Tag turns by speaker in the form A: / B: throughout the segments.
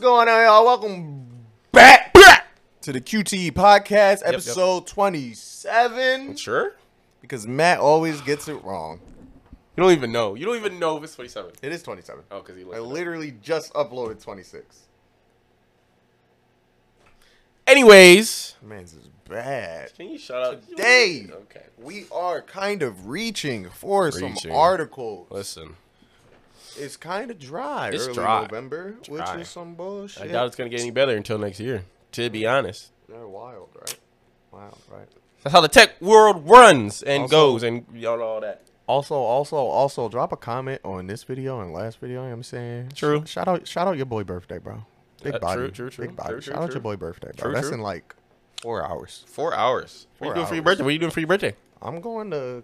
A: going on, y'all? Welcome back to the QTE podcast,
B: yep.
A: episode 27.
B: Sure.
A: Because Matt always gets it wrong.
B: You don't even know. You don't even know if it's 27.
A: It is 27.
B: Oh, because he
A: I
B: looked. it up.
A: literally just uploaded 26.
B: Anyways,
A: Man's is bad.
B: can you shut up
A: Today,
B: Okay.
A: we are kind of reaching for some
B: Reaching.
A: articles.
B: Listen,
A: It's kind of dry
B: It's
A: early
B: dry.
A: November,
B: Dry.
A: which is some bullshit.
B: I doubt it's gonna get any better until next year. To be honest,
A: They're wild, right? Wild, right?
B: that's how the tech world runs and
A: Also-
B: goes, and y'all know all that.
A: Also, also, also, drop a comment on this video and last video. You know what I'm saying,
B: True.
A: Sh- Shout out, shout out your boy birthday, bro. Big
B: Uh,
A: body,
B: true, true, true,
A: big body.
B: true, true,
A: shout out
B: true.
A: your boy birthday, bro.
B: True,
A: That's
B: true.
A: in like four hours.
B: Four hours. What
A: Four
B: you doing for your
A: hours.
B: birthday? What you doing for your birthday?
A: I'm going to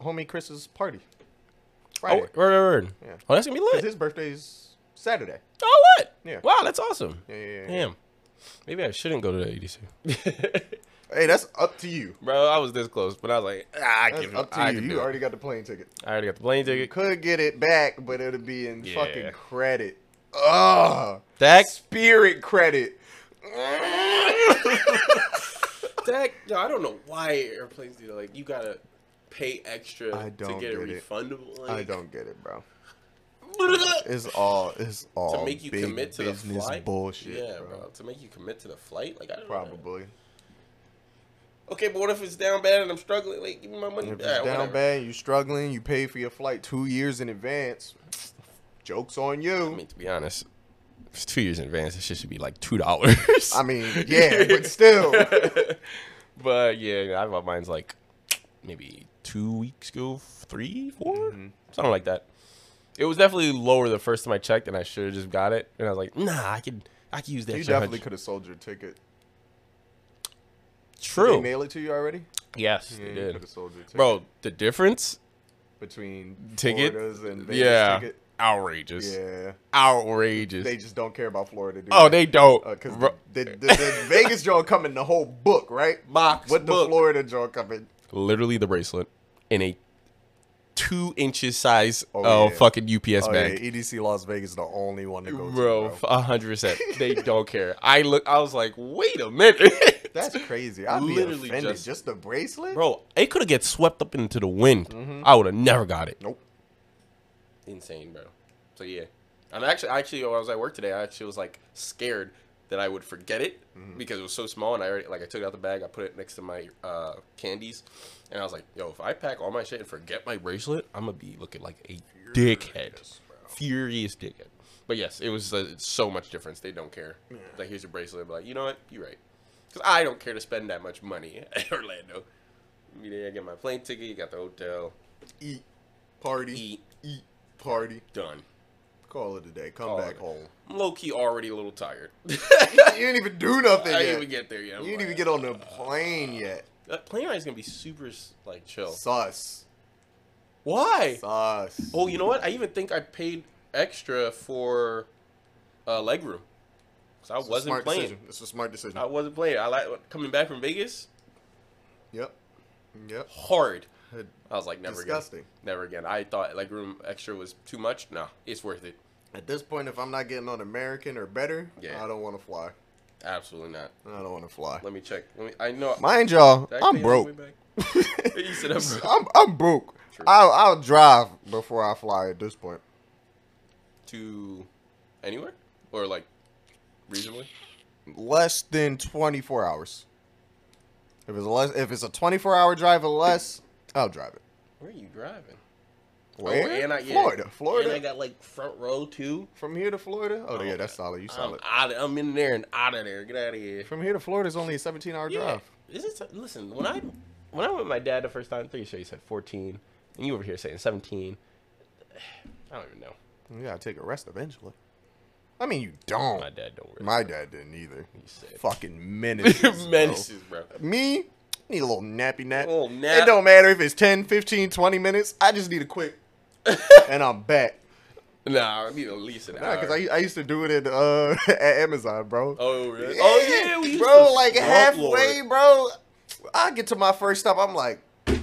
A: homie Chris's party
B: Oh,
A: Friday
B: word, word, word.
A: Yeah.
B: Oh, that's gonna be
A: because
B: lit.
A: his birthday's Saturday.
B: Oh, what?
A: Yeah.
B: Wow, that's awesome.
A: Yeah, yeah, yeah, yeah.
B: Damn. Maybe I shouldn't go to the EDC.
A: Hey, that's up to you.
B: Bro, I was this close, but I was like, ah, I
A: That's
B: give
A: up
B: up.
A: to
B: I
A: you.
B: can do
A: You
B: it.
A: already got the plane ticket.
B: I already got the plane
A: You
B: ticket.
A: could get it back, but it'll be in
B: Yeah.
A: fucking credit. Ugh.
B: Dak,
A: Spirit credit.
B: Dak, yo, I don't know why airplanes do that. Like, you gotta pay extra
A: I don't
B: to get,
A: get
B: it
A: it.
B: refundable. Like,
A: I don't get it, bro.
B: to
A: It's all it's all
B: make you
A: big
B: commit to the
A: business
B: flight.
A: bullshit.
B: yeah,
A: bro.
B: bro. To make you commit to the flight, like I don't know.
A: Probably.
B: Okay, but what if it's down bad and I'm struggling? Like, give me my money
A: If it's
B: back.
A: down
B: whatever.
A: bad, you struggling, you pay for your flight two years in advance. Jokes on
B: I
A: you.
B: mean, to be honest, if it's two years in advance. This shit should be like two dollars.
A: I mean, yeah, but still.
B: but yeah, I bought mine's like maybe two weeks ago, three, four?
A: Mm-hmm.
B: something like that. It was definitely lower the first time I checked, and I should have just got it. And I was like, nah, I could, I could use that.
A: You
B: extra
A: definitely
B: hundred.
A: could have sold your ticket. Did they
B: True.
A: mail it to you already?
B: Yes,
A: Yeah,
B: they
A: you
B: did.
A: coulda sold your ticket.
B: Bro, the difference
A: between
B: ticket,
A: Florida's and Vegas
B: yeah,
A: ticket.
B: outrageous,
A: Yeah.
B: outrageous.
A: They just Uh, don't care about Florida, do
B: oh, they don't.
A: because
B: Bro-
A: the, the, the Vegas joint come in the whole book, right?
B: Box
A: What the
B: book.
A: Florida joint come in?
B: literally the bracelet in a two inches size
A: Oh,
B: uh,
A: yeah.
B: fucking UPS
A: Oh, yeah,
B: bag.
A: EDC Las Vegas is the only one to go
B: Bro,
A: to, bro.
B: f- a hundred percent. They don't care. I look. I was like, wait a minute.
A: That's crazy. I'd be
B: Literally
A: offended. Just,
B: just-
A: the bracelet?
B: bro. It could have get swept up into the wind.
A: Mm-hmm.
B: I would have never got it.
A: Nope.
B: Insane, bro. So yeah, and actually, actually, when I was at work today, I actually was like scared that I would forget it because it was so small, and I already like I took it out the bag, I put it next to my uh, candies, and I was like, yo, if I pack all my shit and forget my bracelet, I'm gonna be looking like a dickhead, furious dickhead. But yes, it was uh, so much difference. They don't care. It's Like here's your bracelet. But like you know what, you're right, because I don't care to spend that much money in Orlando. I mean, I get my plane ticket, you got the hotel,
A: Eat, party, eat,
B: eat,
A: party.
B: done.
A: Call it a day. Come
B: Call
A: back
B: it.
A: home.
B: I'm low key already a little tired.
A: you didn't even do nothing
B: I
A: yet.
B: didn't even get there yet. I'm
A: you didn't even
B: like,
A: get on the plane yet.
B: That plane ride is gonna be super s- like chill.
A: Sus.
B: Why?
A: Sus.
B: Oh, you know what? I even think I paid extra for uh, legroom because I
A: It's a
B: wasn't
A: smart
B: playing. Oh.
A: Decision. It's a smart decision.
B: I wasn't playing. I like coming back from Vegas.
A: Yep. Yep.
B: Hard. I was like, never
A: Disgusting.
B: again. Never again. I thought legroom extra was too much. No, it's worth it.
A: At this point, if I'm not getting on American or better,
B: Yeah.
A: I don't want to fly.
B: Absolutely not.
A: I don't want to fly.
B: Let me check. Let me. I know.
A: Mind y'all,
B: Did I pay
A: I'm
B: on the way
A: broke.
B: back? You said I'm broke.
A: I'm I'm broke. I'll, I'll drive before I fly at this point.
B: to anywhere or like reasonably.
A: Less than 24 hours. If it's less, if it's a 24 hour drive or less, I'll drive it.
B: Where are you driving?
A: Where?
B: Oh, and I, yeah.
A: Florida, Florida.
B: And I got like front row too.
A: From here to Florida? Oh,
B: Oh,
A: yeah,
B: okay.
A: that's solid. You
B: I'm
A: solid.
B: out. I'm in there and out of there. Get out of here.
A: From here to Florida is only a 17 hour
B: Yeah.
A: drive.
B: This is listen. When I when I went with my dad the first time, I'm pretty sure you said 14, and you over here saying 17. I don't even know.
A: You gotta take a rest eventually. I mean, you don't.
B: My dad don't worry.
A: Oh. My dad didn't either.
B: said.
A: Fucking menaces. menaces.
B: Menaces, bro.
A: Me, need a little nappy nap.
B: Little nap.
A: It don't matter if it's 10, 15, 20 minutes. I just need a quick, and I'm back.
B: Nah, I need at least an
A: Nah,
B: hour.
A: cause I, I used to do it at uh at Amazon, bro.
B: oh, really? oh yeah, we used
A: bro.
B: to
A: like
B: slump
A: halfway,
B: lord.
A: bro. I get to my first stop, I'm like, I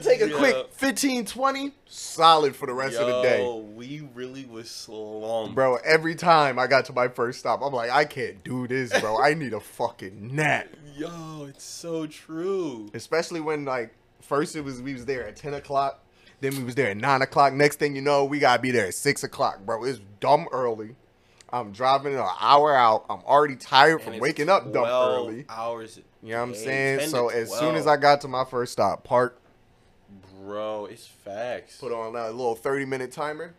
A: take a quick 15, 20, solid for the rest of the day.
B: we really was slum.
A: Bro, every time I got to my first stop, I'm like, I can't do this, bro. I need a fucking nap.
B: Yo, it's so true.
A: Especially when like first it was we was there at ten o'clock, then we was there at nine o'clock. Next thing you know, we gotta be there at six o'clock, bro. It's dumb early. I'm driving an hour out. I'm already tired
B: And
A: from
B: it's
A: waking up dumb
B: 12
A: early.
B: Hours.
A: You know what I'm
B: Yeah,
A: saying?
B: 10
A: So
B: to
A: as soon as
B: 12.
A: I got to my first stop, park,
B: bro, it's facts,
A: put on a little 30 minute timer.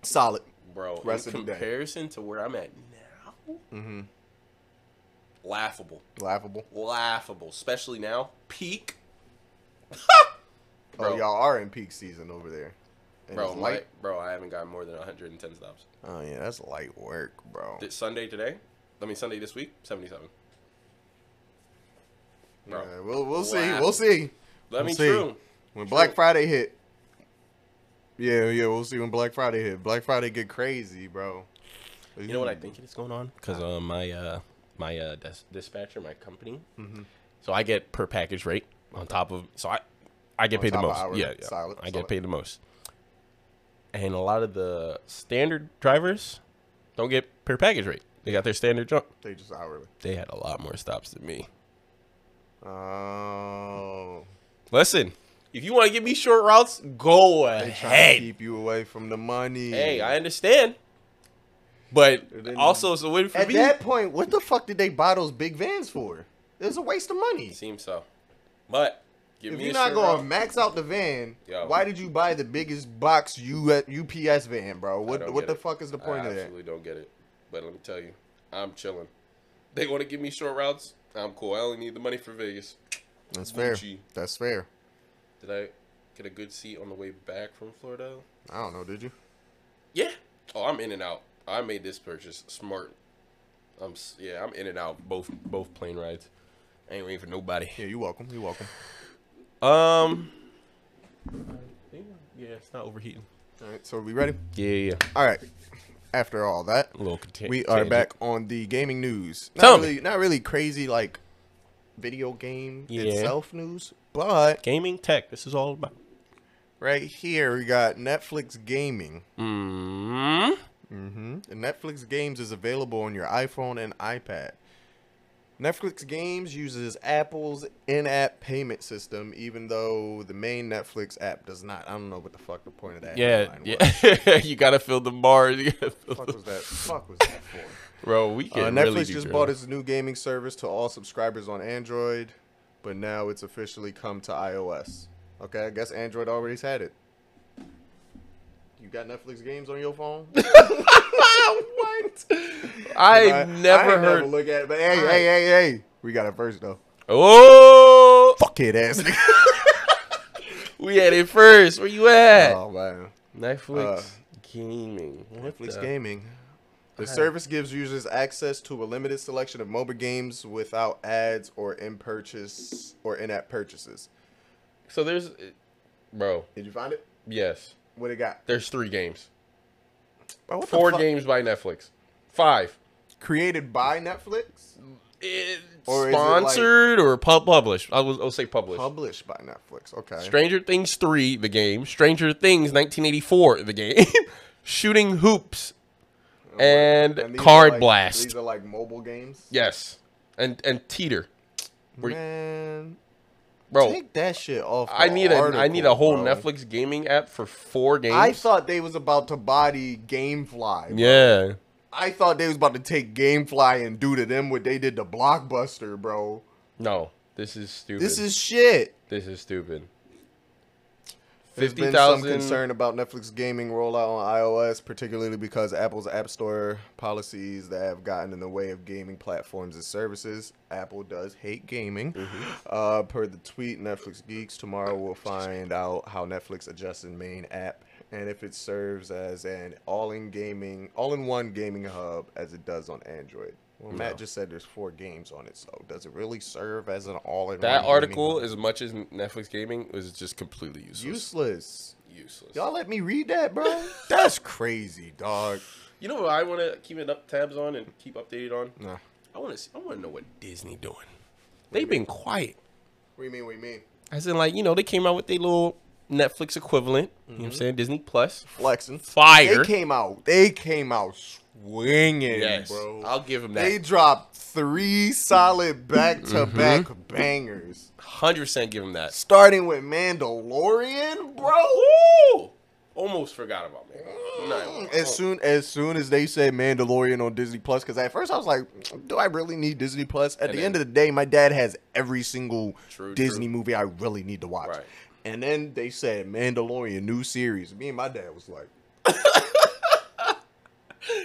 A: Solid.
B: bro.
A: rest
B: in
A: of the day.
B: comparison to where I'm at now,
A: Mm-hmm.
B: laughable,
A: Laughable.
B: laughable. Especially now, peak.
A: Oh,
B: Bro.
A: y'all are in peak season over there. And
B: Bro,
A: it's
B: my, bro, I haven't got more than 110 stops.
A: Oh yeah, that's light work, bro.
B: Th- Sunday today, I mean Sunday this week, 77. Bro,
A: Yeah, we'll we'll see.
B: Wow.
A: We'll see.
B: let
A: we'll
B: me
A: see.
B: true.
A: When
B: True.
A: Black Friday hit. Yeah, yeah, we'll see when Black Friday hit. Black Friday get crazy, bro.
B: You know what I
A: Mm.
B: think is going on? Because uh, my uh, my uh, dis- dispatcher, my company,
A: Mhm.
B: so I get per package rate on top of so I I get
A: On
B: paid the
A: top of
B: most.
A: our
B: yeah, yeah.
A: solid-
B: I
A: solid.
B: get paid the most. And a lot of the standard drivers don't get per package rate. They got their standard jump.
A: They just hourly.
B: They had a lot more stops than me.
A: Oh,
B: Listen, if you want to give me short routes, go
A: they trying to
B: ahead.
A: keep you away from the money.
B: Hey, I understand. But
A: Then-
B: also, it's a win for
A: at
B: me.
A: that point, what the fuck did they buy those big vans for? It was a waste of money.
B: Seems so. But give
A: if
B: me
A: you're
B: a
A: not
B: short
A: going to
B: route.
A: max out the van,
B: Yo.
A: why did you buy the biggest box U- UPS van, bro? What
B: don't
A: what
B: get
A: the
B: it.
A: fuck is the point
B: I
A: of that?
B: absolutely don't get it. But let me tell you, I'm chilling. They want to give me short routes. I'm cool. I only need the money for Vegas.
A: That's fair.
B: Gucci.
A: That's fair.
B: Did I get a good seat on the way back from Florida?
A: I don't know, did you?
B: Yeah. Oh, I'm in and out. I made this purchase smart. I'm s- yeah. I'm in and out both both plane rides. I ain't waiting for nobody.
A: Yeah, you welcome. You welcome.
B: Um. Yeah, it's not overheating.
A: All right, so we ready?
B: Yeah, yeah.
A: All right. After all that,
B: A little content.
A: we are back on the gaming news. Not
B: Tell me.
A: really, not really crazy like video game
B: Yeah.
A: itself news, but
B: Gaming tech. This is all about.
A: right here we got Netflix Gaming.
B: Mm.
A: Mm-hmm. And Netflix Games is available on your iPhone and iPad. Netflix Games uses Apple's in-app payment system, even though the main Netflix app does not. I don't know what the fuck the point of that.
B: Yeah,
A: headline was.
B: yeah. you gotta fill the bars. You gotta fill
A: Fuck
B: the-
A: was that? Fuck was that for?
B: Bro, we
A: Uh,
B: can
A: Netflix
B: really do
A: just
B: drill.
A: bought its new gaming service to all subscribers on Android, but now it's officially come to iOS. Okay, I guess Android already had it. You got Netflix games on your phone?
B: what? I,
A: I- I
B: never
A: ain't
B: heard.
A: look at it, but hey, hey, hey, hey, we got it first though.
B: Oh,
A: Fuckhead ass nigga.
B: we had it first. Where you at?
A: oh man.
B: Netflix
A: uh,
B: gaming. What
A: Netflix
B: the-
A: Gaming. The
B: Alright.
A: service gives users access to a limited selection of mobile games without ads or in purchase or in-app purchases.
B: So there's, bro.
A: Did you find it?
B: Yes,
A: What it got?
B: there's three games.
A: Bro, what the
B: Four
A: fuck?
B: games by Netflix. Five.
A: created by Netflix,
B: It's
A: Or is it like-
B: sponsored or pub- published? I was. I'll say published.
A: published by Netflix. Okay.
B: Stranger Things 3, the game. Stranger Things 1984, the game. Shooting Hoops. and,
A: Oh, And these are
B: Card
A: like-
B: Blast.
A: These are like mobile games.
B: yes. And and Teeter. Were you-
A: Man,
B: Bro,
A: take that shit off.
B: I
A: the
B: need a I
A: article,
B: need a whole
A: bro.
B: Netflix gaming app for four games.
A: I thought they was about to body GameFly. bro.
B: yeah.
A: I thought they was about to take GameFly and do to them what they did to Blockbuster, bro.
B: No. This is stupid.
A: This is shit.
B: this is stupid.
A: There's been some
B: 50,000
A: concern about Netflix gaming rollout on iOS, particularly because Apple's App Store policies that have gotten in the way of gaming platforms and services. Apple does hate gaming.
B: Mm-hmm.
A: Uh, per the tweet, Netflix geeks tomorrow will find out how Netflix adjusts in main app and if it serves as an all-in gaming, all-in-one gaming hub as it does on Android. Well, Matt just said there's four games on it, so does it really serve as an all-in?
B: That article, as much as Netflix gaming, was just completely useless.
A: useless.
B: useless.
A: Y'all let me read that, bro? That's crazy, dog.
B: You know what I want to keep it up tabs on and keep updated on?
A: Nah. What
B: I want to. I want to know what Disney doing. They've been quiet.
A: do you mean? What do you mean?
B: As in, like, you know, they came out with their little Netflix equivalent. You know what I'm saying? Disney Plus.
A: Flexing.
B: Fire.
A: They came out. They came out swinging,
B: Yes.
A: bro.
B: I'll give them
A: they
B: that.
A: dropped three solid back-to-back bangers,
B: 100% give them that.
A: starting with Mandalorian, bro.
B: Woo! Almost forgot about me. No.
A: Mm, As soon as soon as they said Mandalorian on Disney Plus, because at first I was like, "Do I really need Disney Plus?" At
B: And
A: the
B: then-
A: end of the day, my dad has every single
B: True,
A: Disney
B: true.
A: movie I really need to watch.
B: Right.
A: And then they said Mandalorian new series. Me and my dad was like,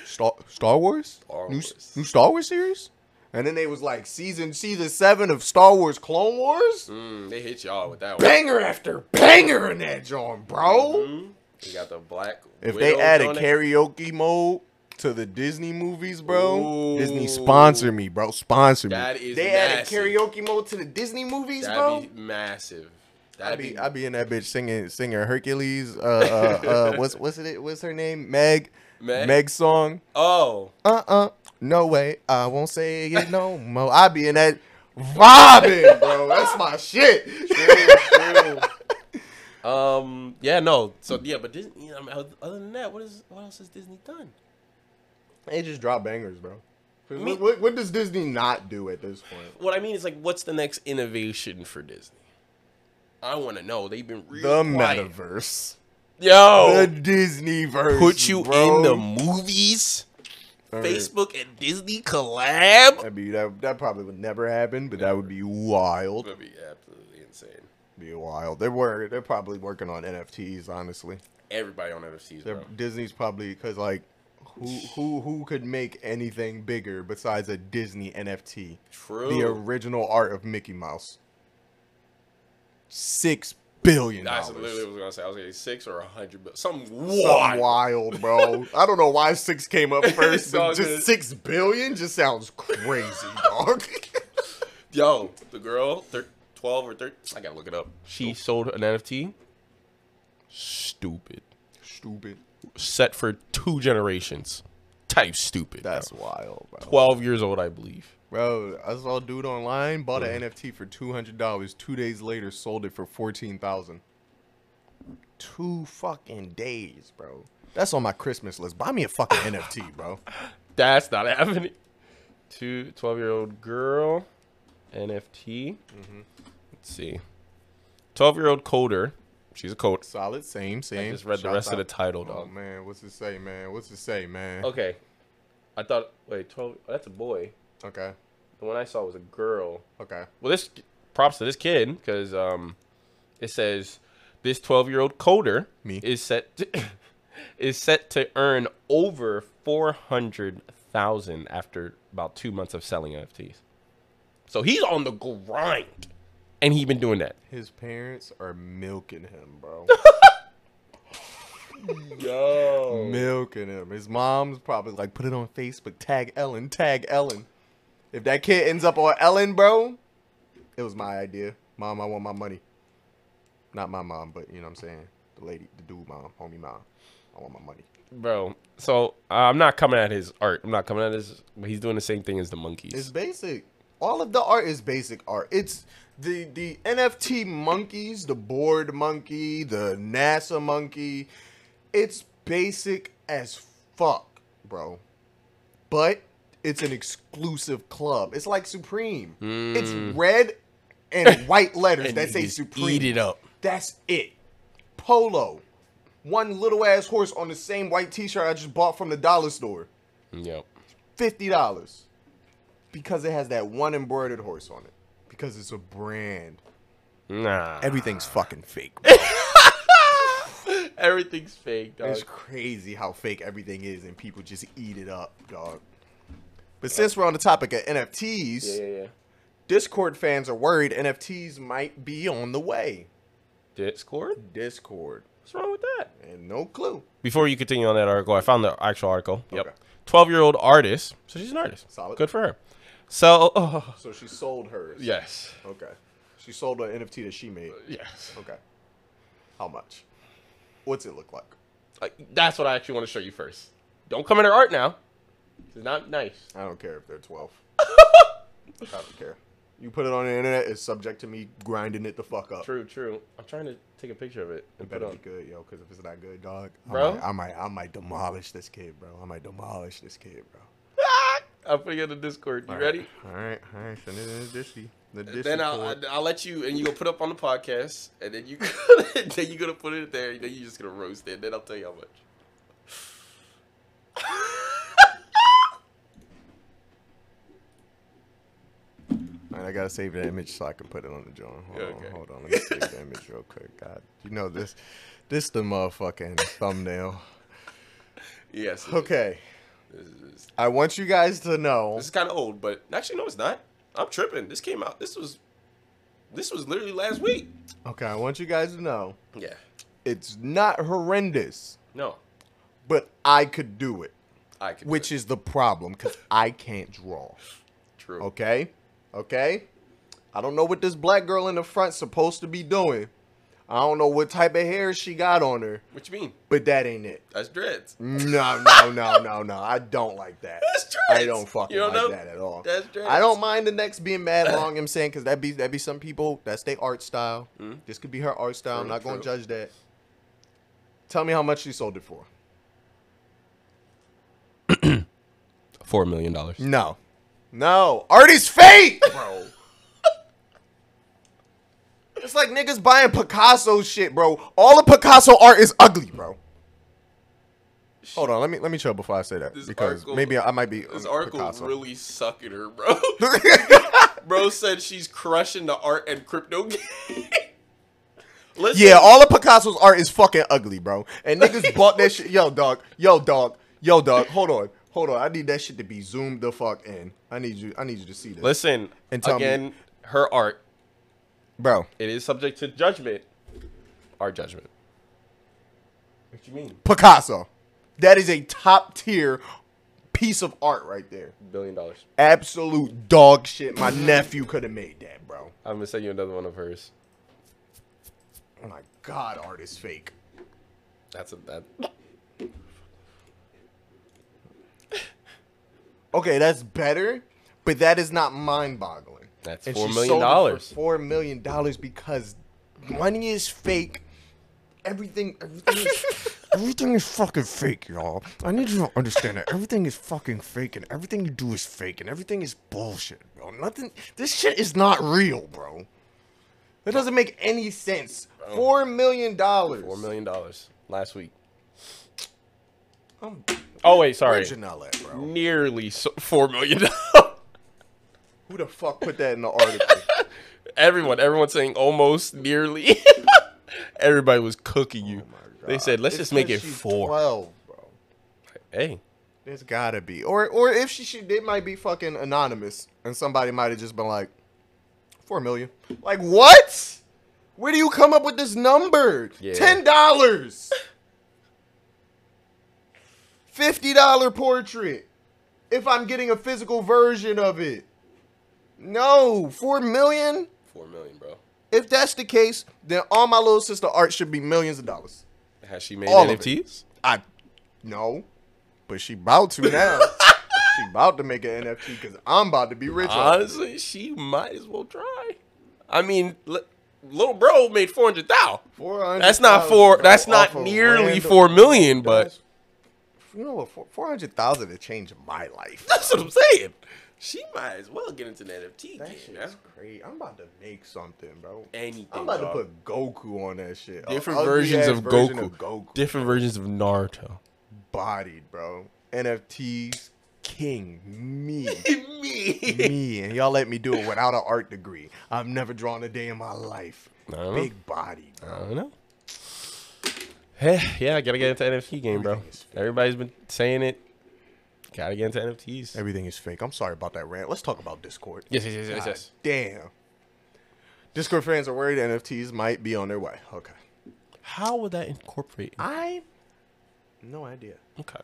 A: "Star Star Wars,
B: Star
A: new,
B: Wars.
A: new Star Wars series." And then they was like, "Season season seven of Star Wars Clone Wars,
B: Mm, they hit y'all with that one.
A: banger after banger in that John, bro."
B: Mhm. You got the black.
A: If
B: Widow
A: they added
B: on it.
A: karaoke mode to the Disney movies, bro, Disney
B: Ooh.
A: sponsor me, bro, sponsor me.
B: That is
A: they
B: massive.
A: added karaoke mode to the Disney movies, bro.
B: that'd be massive.
A: I'd
B: That'd
A: be
B: be,
A: I'd be in that bitch singing singing Hercules. Uh, uh, uh what's what's it? What's her name? Meg.
B: Meg?
A: song.
B: Oh,
A: Uh uh. No way. I won't say it no more. I'd be in that vibing, bro. That's my shit.
B: um, yeah, no. So yeah, but Disney. I mean, other than that, what is what else has Disney done?
A: they just drop bangers, bro.
B: Me-
A: What, what, what does Disney not do at this point?
B: What I mean is like, what's the next innovation for Disney? I want to know. They've been real
A: The
B: quiet.
A: metaverse. the
B: Yo,
A: Disney verse.
B: put you
A: bro.
B: in the movies.
A: All right.
B: Facebook and Disney collab.
A: That'd be, that, that probably would never happen, but that would be wild.
B: That'd be absolutely insane.
A: Be wild. They were they're probably working on NFTs. Honestly,
B: Everybody on NFTs,
A: They're-
B: bro.
A: Disney's probably because like, who who who could make anything bigger besides a Disney NFT? The
B: True.
A: original art of Mickey Mouse. Six billion
B: That's literally what I
A: dollars.
B: was gonna say. I was gonna say six or a hundred, but something
A: Some
B: wild.
A: wild, bro. I don't know why six came up first,
B: So
A: but just
B: good.
A: six billion just sounds crazy, dog.
B: Yo, the girl, thir- 12 or 13, I gotta look it up. She sold an NFT. Stupid.
A: Stupid.
B: Set for two generations. Type stupid. bro.
A: That's wild, bro.
B: 12 years old, I believe.
A: Bro, I saw a dude online bought an NFT for two hundred dollars. Two days later, sold it for fourteen thousand. Two fucking days, bro. That's on my Christmas list. Buy me a fucking NFT, bro.
B: That's not happening. Two 12 year old girl, NFT. Let's see. 12 year old coder. She's a coder.
A: Solid, same, same.
B: just read the
A: Shouts
B: rest of
A: out-
B: the title,
A: Oh
B: dog. Oh.
A: man, what's it say, man? What's it say, man? Okay.
B: Okay. I thought, wait, 12, oh, that's a boy.
A: okay,
B: The one I saw was a girl. Well, this props to this kid because um, it says this 12 year old coder
A: Me.
B: is set to, is set to earn over 400,000 after about two months of selling NFTs. So he's on the grind, and he's been doing that.
A: His parents are milking him, bro.
B: Yo,
A: milking him. His mom's probably like, put it on Facebook, tag Ellen, tag Ellen. If that kid ends up on Ellen, bro, it was my idea. Mom, I want my money. Not my mom, but you know what I'm saying? The lady, the dude mom, homie mom. I want my money.
B: bro. So uh, I'm not coming at his art. I'm not coming at his. But he's doing the same thing as the monkeys.
A: It's basic. All of the art is basic art. It's the the NFT monkeys, the board monkey, the NASA monkey. It's basic as fuck, bro. But it's an exclusive club. It's like Supreme. It's red and white letters
B: Hmm. And
A: that
B: you
A: say
B: just
A: Supreme.
B: Eat it up.
A: That's it. Polo. One little ass horse on the same white t-shirt I just bought from the dollar store
B: Yep.
A: fifty dollars because it has that one embroidered horse on it because it's a brand.
B: Nah.
A: Everything's fucking fake.
B: Everything's fake, dog.
A: it's crazy how fake everything is, and people just eat it up, dog. But since we're on the topic of NFTs,
B: yeah, yeah, yeah.
A: Discord fans are worried NFTs might be on the way.
B: Discord?
A: Discord
B: What's wrong with that?
A: and no clue.
B: Before you continue on that article, I found the actual article.
A: Okay.
B: Yep. 12 year old artist. So she's an artist.
A: Solid.
B: Good for her. So, oh,
A: So she sold hers.
B: yes.
A: Okay. She sold an NFT that she made.
B: Yes.
A: Okay. How much? What's it look like?
B: Like, that's what I actually want to show you first. Don't come in her art now. It's not nice.
A: I don't care if they're 12. I don't care. You put it on the internet, it's subject to me grinding it the fuck up.
B: True, true. I'm trying to take a picture of it
A: It
B: and put
A: better
B: on.
A: be good, yo, because if it's not good, dog,
B: Bro?
A: I might, I might, I might demolish this kid, bro. I might demolish this kid, bro.
B: I'm putting it in the Discord. Ah! You ready?
A: All right, all right. Send it in the dishy. The dishy.
B: Then I'll,
A: cord.
B: I'll I'll let you and you go put up on the podcast and then you then you gonna put it there and then you just gonna roast it. Then I'll tell you how much.
A: All right, I gotta save the image so I can put it on the joint. Hold
B: Okay.
A: on, hold on. Let me save the image real quick. God, you know this, this the motherfucking thumbnail.
B: Yes. it is.
A: Okay,
B: This is,
A: I want you guys to know.
B: this is kind of old, but actually no, it's not. I'm tripping. This came out. This was this was literally last week.
A: Okay, I want you guys to know.
B: Yeah.
A: It's not horrendous,
B: No,
A: but I could do it,
B: I could. do
A: which
B: it.
A: is the problem because I can't draw.
B: true.
A: Okay? Okay? I don't know what this black girl in the front's supposed to be doing. I don't know what type of hair she got on her,
B: What you mean?
A: but that ain't it.
B: That's dreads.
A: No, no, no, no, no. I don't like that.
B: That's dreads.
A: I don't fucking
B: You don't
A: like
B: know?
A: that at all.
B: That's dreads.
A: I don't mind the necks being mad long. I'm saying because that be that be some people. That's their art style. This could be her art style. I'm
B: Hmm? True,
A: not going to
B: true.
A: judge that. Tell me how much she sold it for.
B: Four million dollars.
A: No, no. Art is fake, bro. it's like niggas buying Picasso shit, bro. All of Picasso art is ugly, bro. Hold on, let me let me chill before I say that
B: This
A: because
B: article-
A: maybe I, I might be
B: This
A: um,
B: article
A: Picasso.
B: really sucking her, bro. bro said she's crushing the art and crypto game. Listen,
A: Yeah, all of Picasso's art is fucking ugly, bro. And niggas bought that shit. Yo, dog. Yo, dog. Yo, dog. Hold on. Hold on. I need that shit to be zoomed the fuck in. I need you. I need you to see this,
B: listen.
A: And tell me-
B: again, her art
A: bro.
B: it is subject to judgment. Our judgment. What you mean?
A: Picasso. That is a top tier piece of art right there.
B: Billion dollars.
A: Absolute dog shit. My nephew could have made that, bro.
B: I'm gonna send you another one of hers.
A: Oh my god, art is fake.
B: That's a that.
A: Okay, that's better, but that is not mind boggling.
B: That's
A: And
B: four
A: she
B: million
A: sold it for
B: dollars.
A: Four million dollars because money is fake. Everything, everything, is, everything is fucking fake, y'all. I need you to understand that everything is fucking fake, and everything you do is fake, and everything is bullshit, bro. Nothing. This shit is not real, bro. That doesn't make any sense. Four million dollars.
B: Four million dollars last week.
A: I'm
B: Oh wait, sorry.
A: Janelle at, bro.
B: Nearly so, four million dollars.
A: Who the fuck put that in the article?
B: Everyone, everyone saying almost, nearly. Everybody was cooking you. they said, "Let's
A: It
B: just make
A: says
B: it
A: she's
B: four.
A: Twelve, bro.
B: Hey,
A: There's gotta be, or or if she should, it might be fucking anonymous, and somebody might have just been like, four million. Like what? Where do you come up with this number?
B: Yeah.
A: Ten dollars, fifty dollar portrait. If I'm getting a physical version of it, no, four million.
B: four million, bro.
A: If that's the case, then all my little sister art should be millions of dollars.
B: Has she made
A: All of it.
B: NFTs?
A: I no, but she about to now. she about to make an NFT because I'm about to be rich. off of it.
B: Honestly, she might as well try. I mean, li- little bro made four hundred thou.
A: 400,000
B: That's not four.
A: bro,
B: That's not
A: off of
B: nearly
A: random-
B: four million, but
A: you know what? Four hundred thousand to change my life.
B: that's what I'm saying. She might as well get into the NFT
A: That
B: game.
A: shit
B: man.
A: is crazy. I'm about to make something, bro.
B: Anything.
A: I'm about
B: dog.
A: to put Goku on that shit. A
B: different
A: ugly
B: versions
A: ass
B: of,
A: version
B: Goku,
A: of Goku.
B: different versions of Naruto.
A: bodied, bro. NFTs, king me.
B: Me.
A: me and y'all let me do it without an art degree. I've never drawn a day in my life.
B: Uh-huh.
A: Big body.
B: I don't know. Hey, yeah, I gotta get into NFT game, bro.
A: Everything is fake.
B: Everybody's been saying it. Gotta get into NFTs.
A: Everything is fake. I'm sorry about that rant. Let's talk about Discord.
B: yes, yes, yes, yes,
A: God
B: yes.
A: Damn. Discord fans are worried NFTs might be on their way. Okay.
B: How would that incorporate?
A: I no idea.
B: Okay.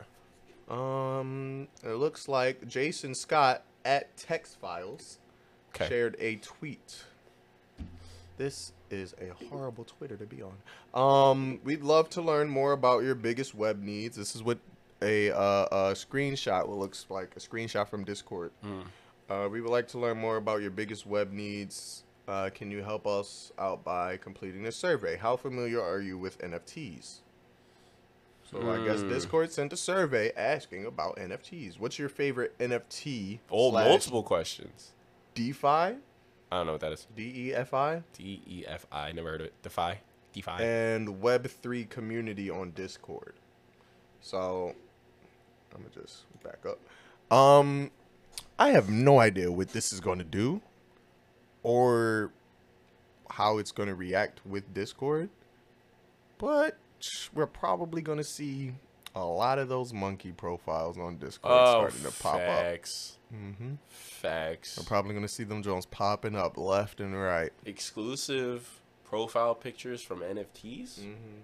A: Um it looks like Jason Scott at Text Files
B: Okay.
A: shared a tweet. This is a horrible Twitter to be on. Um, we'd love to learn more about your biggest web needs.
B: Hmm.
A: This is what a, uh, a screenshot will looks like. A screenshot from Discord. Uh, we would like to learn more about your biggest web needs. Uh, can you help us out by completing this survey? How familiar are you with NFTs? So I guess
B: Hmm.
A: Discord sent a survey asking about NFTs. What's your favorite NFT?
B: Oh,
A: slash
B: multiple questions.
A: DeFi,
B: I don't know what that is.
A: D E F I,
B: D E F I. Never heard of it. Defy. Defy.
A: and Web three community on Discord. So I'm gonna just back up. Um, I have no idea what this is gonna do, or how it's gonna react with Discord, but we're probably gonna see a lot of those monkey profiles on Discord
B: oh,
A: starting to pop up.
B: facts.
A: Mm-hmm.
B: Facts.
A: We're probably gonna see them Jones popping up left and right.
B: Exclusive profile pictures from NFTs.
A: Mm-hmm.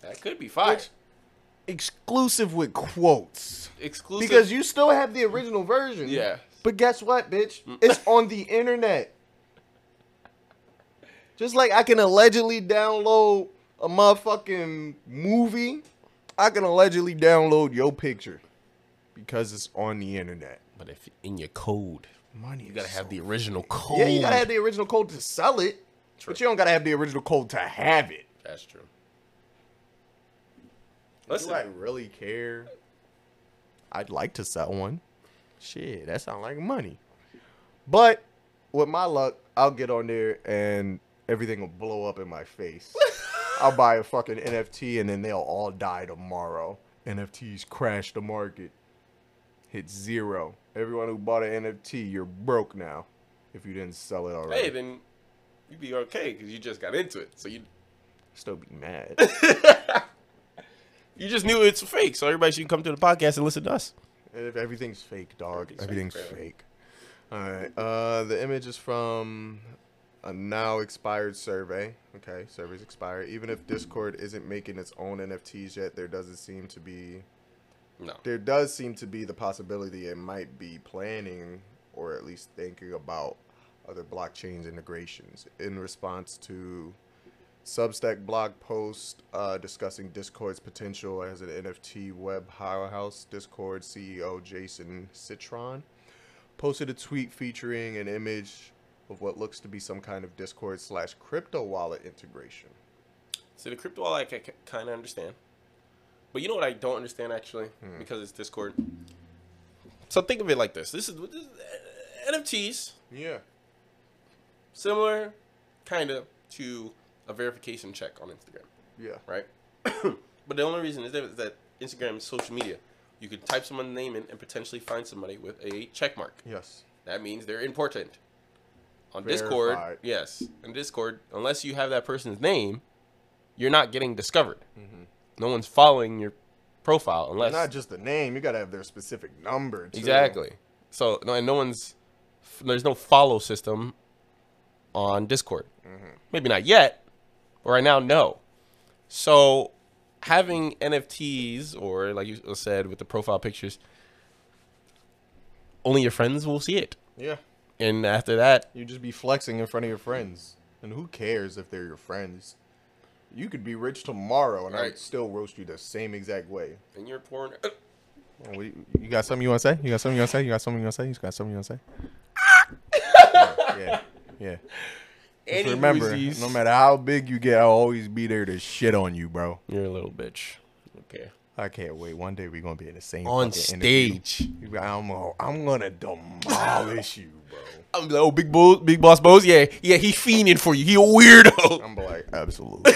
B: That could be fire.
A: Which- Exclusive with quotes.
B: Exclusive.
A: Because you still have the original version.
B: Yeah. Mm.
A: But guess what, bitch? It's on the internet. Just like I can allegedly download a motherfucking movie, I can allegedly download your picture because it's on the internet.
B: but if in your code,
A: Money.
B: you gotta
A: is
B: have
A: so-
B: the original code.
A: Yeah, you gotta have the original code to sell it,
B: True.
A: but you don't gotta have the original code to have it.
B: That's true. Listen,
A: Do I really care? I'd like to sell one. Shit, that sounds like money. But with my luck, I'll get on there and everything will blow up in my face. I'll buy a fucking NFT and then they'll all die tomorrow. NFTs crash the market. Hit zero. Everyone who bought an NFT, you're broke now if you didn't sell it already.
B: hey, then you'd be okay because you just got into it. So you
A: Still be mad.
B: you just knew it's fake. So everybody should come to the podcast and listen to us.
A: Ev- Everything's fake, dog.
B: Everything's
A: Everything's,
B: fake,
A: fake. All right. Uh, the image is from a now expired survey. Okay, surveys expire. Even if Discord isn't making its own NFTs yet, there doesn't seem to be
B: No.
A: there does seem to be the possibility it might be planning or at least thinking about other blockchain integrations in response to Substack blog post uh, discussing Discord's potential as an NFT web powerhouse. Discord CEO Jason Citron posted a tweet featuring an image of what looks to be some kind of Discord slash crypto wallet integration.
B: So the crypto wallet I can kind of understand, but you know what I don't understand actually because it's Discord. So think of it like this: this is, this is uh, NFTs,
A: Yeah.
B: similar, kind of to a verification check on Instagram,
A: Yeah.
B: right? but the only reason is that, is that Instagram is social media. You can type someone's name in and potentially find somebody with a check mark.
A: Yes.
B: That means they're important. On Discord,
A: Verified.
B: yes. On Discord, unless you have that person's name, you're not getting discovered. No one's following your profile unless
A: Mm-hmm. Not just the name, you gotta have their specific number. Too.
B: exactly. So no, and no one's there's no follow system on Discord.
A: Mm-hmm.
B: Maybe not yet, but right now, no. So having NFTs or like you said with the profile pictures, only your friends will see it,
A: Yeah.
B: and after that,
A: You just be flexing in front of your friends. And who cares if they're your friends? You could be rich tomorrow and I
B: Right.
A: would still roast you the same exact way.
B: and you're porn.
A: What do You you got something you want to say? You got something you want to say? You got something you want to say? You got something you want to say? yeah. Yeah. Just
B: Ah! Any
A: remember,
B: woozies.
A: no matter how big you get, I'll always be there to shit on you, bro.
B: You're a little bitch. Okay.
A: I can't wait. One day we're going to be in the same
B: On
A: fucking interview.
B: stage.
A: I'm gonna, I'm gonna demolish you, bro.
B: I'm like, oh, big bo- big boss Bose. Yeah, yeah, he fiending for you. He a weirdo.
A: I'm like, absolutely.